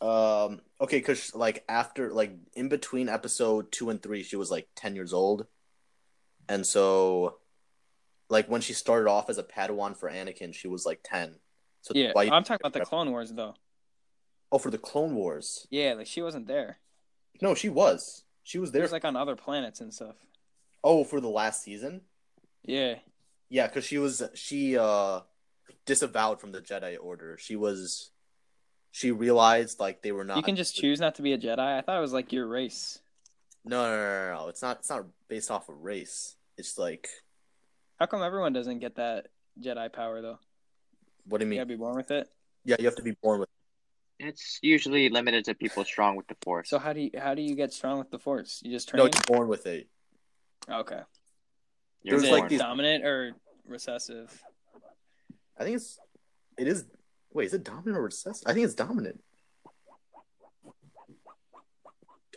Um, okay, because like after like in between episode two and three, she was like ten years old, and so like when she started off as a Padawan for Anakin, she was like ten. So
Yeah,
why-
I'm talking about the Clone Wars though.
oh for the Clone Wars.
Yeah, like she wasn't there.
No, she was. She was
She
there.
was like on other planets and stuff.
oh, for the last season.
Yeah,
Yeah, because she was she uh disavowed from the Jedi Order. She was she realized like they were not.
you can just choose not to be a Jedi. I thought it was like your race.
No, no, no, no, no. It's not. It's not based off of race. It's like
How come everyone doesn't get that Jedi power though?
what do you
You
mean?
gotta be born with it.
Yeah, you have to be born with.
It's usually limited to people strong with the force.
So how do you how do you get strong with the Force? You just
No,
train. Oh,
you're born with it.
okay.
You're
Is
There's
it
like
born.
these-
dominant or recessive?
I think it's. It is. Wait, is it dominant or recessive? I think it's dominant.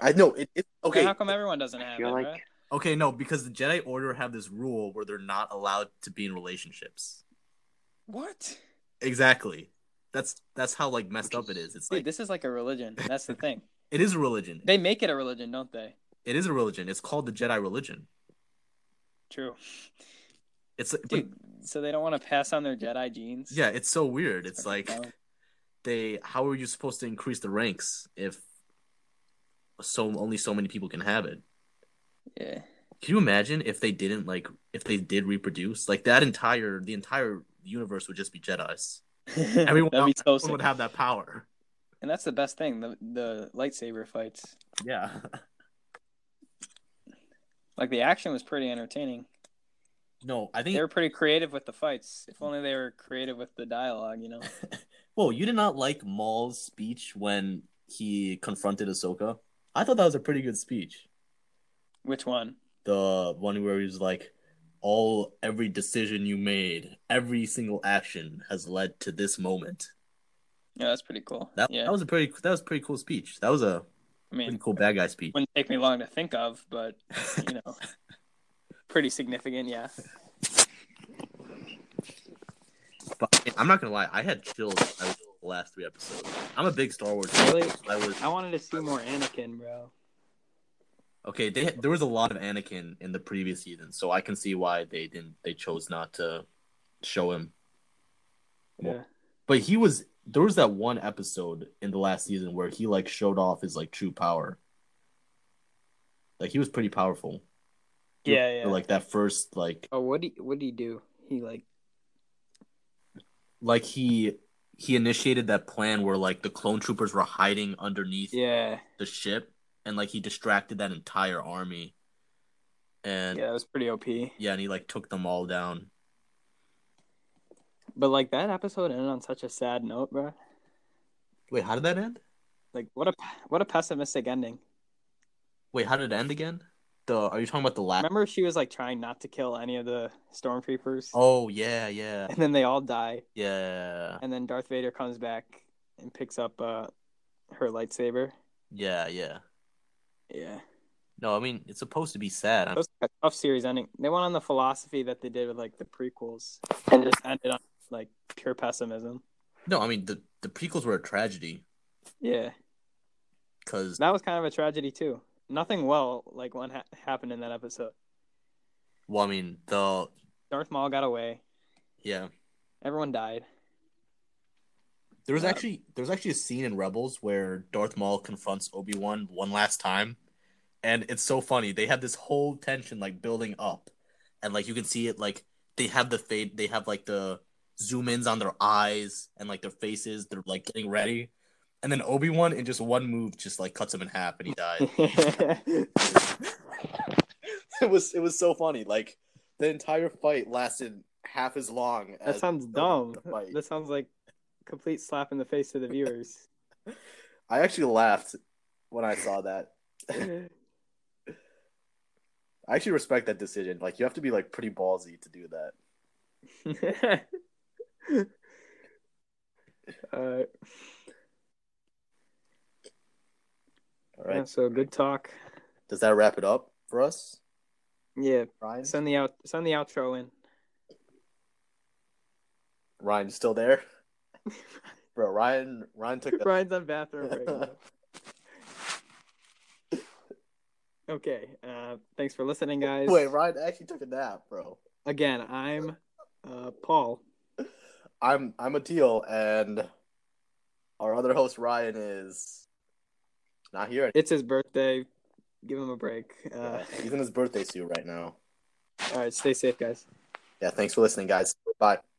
I know it. it
Okay.
okay.
How come everyone doesn't have it?
You're like
right?
Okay, no, because the Jedi Order have this rule where they're not allowed to be in relationships.
What?
Exactly. That's that's how like messed up it is. It's
Dude,
like
this is like a religion. That's the thing.
it is a religion.
They make it a religion, don't they?
It is a religion. It's called the Jedi religion.
True.
It's like,
Dude, so they don't want to pass on their Jedi genes? Oh,
yeah, it's so weird. It's like
Dumb.
they how are you supposed to increase the ranks if so only so many people can have it?
Yeah.
Can you imagine if they didn't like if they did reproduce like that entire the entire universe would just be Jedi's. *laughs* Everyone,
That'd be so
everyone
sick.
would have that power.
And that's the best thing, the the lightsaber fights.
Yeah.
Like the action was pretty entertaining.
*laughs* No, I think.
They were pretty creative with the fights. If only they were creative with the dialogue, you know.
Whoa, you did not like Maul's speech when he confronted Ahsoka. I thought that was a pretty good speech.
Which one?
The one where he was like, "All every decision you made, every single action has led to this moment."
Yeah, that's pretty cool.
That,
yeah.
that was a pretty that was a pretty cool speech. That was a
I
pretty
mean,
cool bad guy speech.
wouldn't take me long to think of, but you know, pretty significant, yeah.
*laughs* But I'm not gonna lie, I had chills I was- the last three episodes. I'm a big Star Wars. Fan.
Really?
I was
I wanted to see more Anakin, bro.
okay. They, there was a lot of Anakin in the previous season, so I can see why they didn't. They chose not to show him.
Yeah.
But he was there was that one episode in the last season where he like showed off his like true power. Like he was pretty powerful.
Yeah, yeah.
Like that first like
Oh, what did what did he do? He like
like he he initiated that plan where like the clone troopers were hiding underneath
yeah
the ship and like he distracted that entire army and
yeah
yeah.
that was pretty op.
and he like took them all down
But like that episode ended on such a sad note, bro.
wait how did that end
Like what a what a pessimistic ending.
wait how did it end again the are you talking about the last
Remember she was like trying not to kill any of the stormtroopers,
oh yeah yeah
and then they all die,
yeah
and then Darth Vader comes back and picks up uh her lightsaber.
yeah yeah
Yeah,
no i mean it's supposed to be sad I'm-
that was a tough series ending. They went on the philosophy that they did with like the prequels, and just ended on like pure pessimism.
no i mean the the prequels were a tragedy
Yeah.
because
That was kind of a tragedy too. Nothing well like what ha- happened in that episode.
well i mean the
Darth Maul got away.
yeah
Everyone *laughs* died.
There was
Yeah.
actually there's actually a scene in Rebels where Darth Maul confronts Obi Wan one last time, and it's so funny. They have this whole tension like building up, and like you can see it like they have the fade, they have like the zoom ins on their eyes and like their faces. They're like getting ready, and then Obi Wan in just one move just like cuts him in half and he dies. *laughs* it was it was so funny. Like the entire fight lasted half as long.
that
as
sounds
the
dumb.
fight.
That sounds like complete slap in the face to the viewers. *laughs*
I actually laughed when I saw that. I actually respect that decision. Like you have to be like pretty ballsy to do that.
Alright.
All right.
Yeah, so good talk.
Does that wrap it up for us,
Yeah.
Ryan?
Send the out send the outro in.
Ryan you still
*laughs*
there? Bro, Ryan Ryan took that.
Ryan's on bathroom
*laughs*
break. now. okay. Uh, thanks for listening, guys.
Wait, Ryan actually took a nap, bro.
Again, I'm uh, Paul.
I'm I'm a teal, and our other host Ryan is not here.
It's his birthday. Give him a break. Uh,
*laughs* anymore. He's in his birthday suit right now.
all right. Stay safe, guys.
Yeah, thanks for listening, guys. Bye.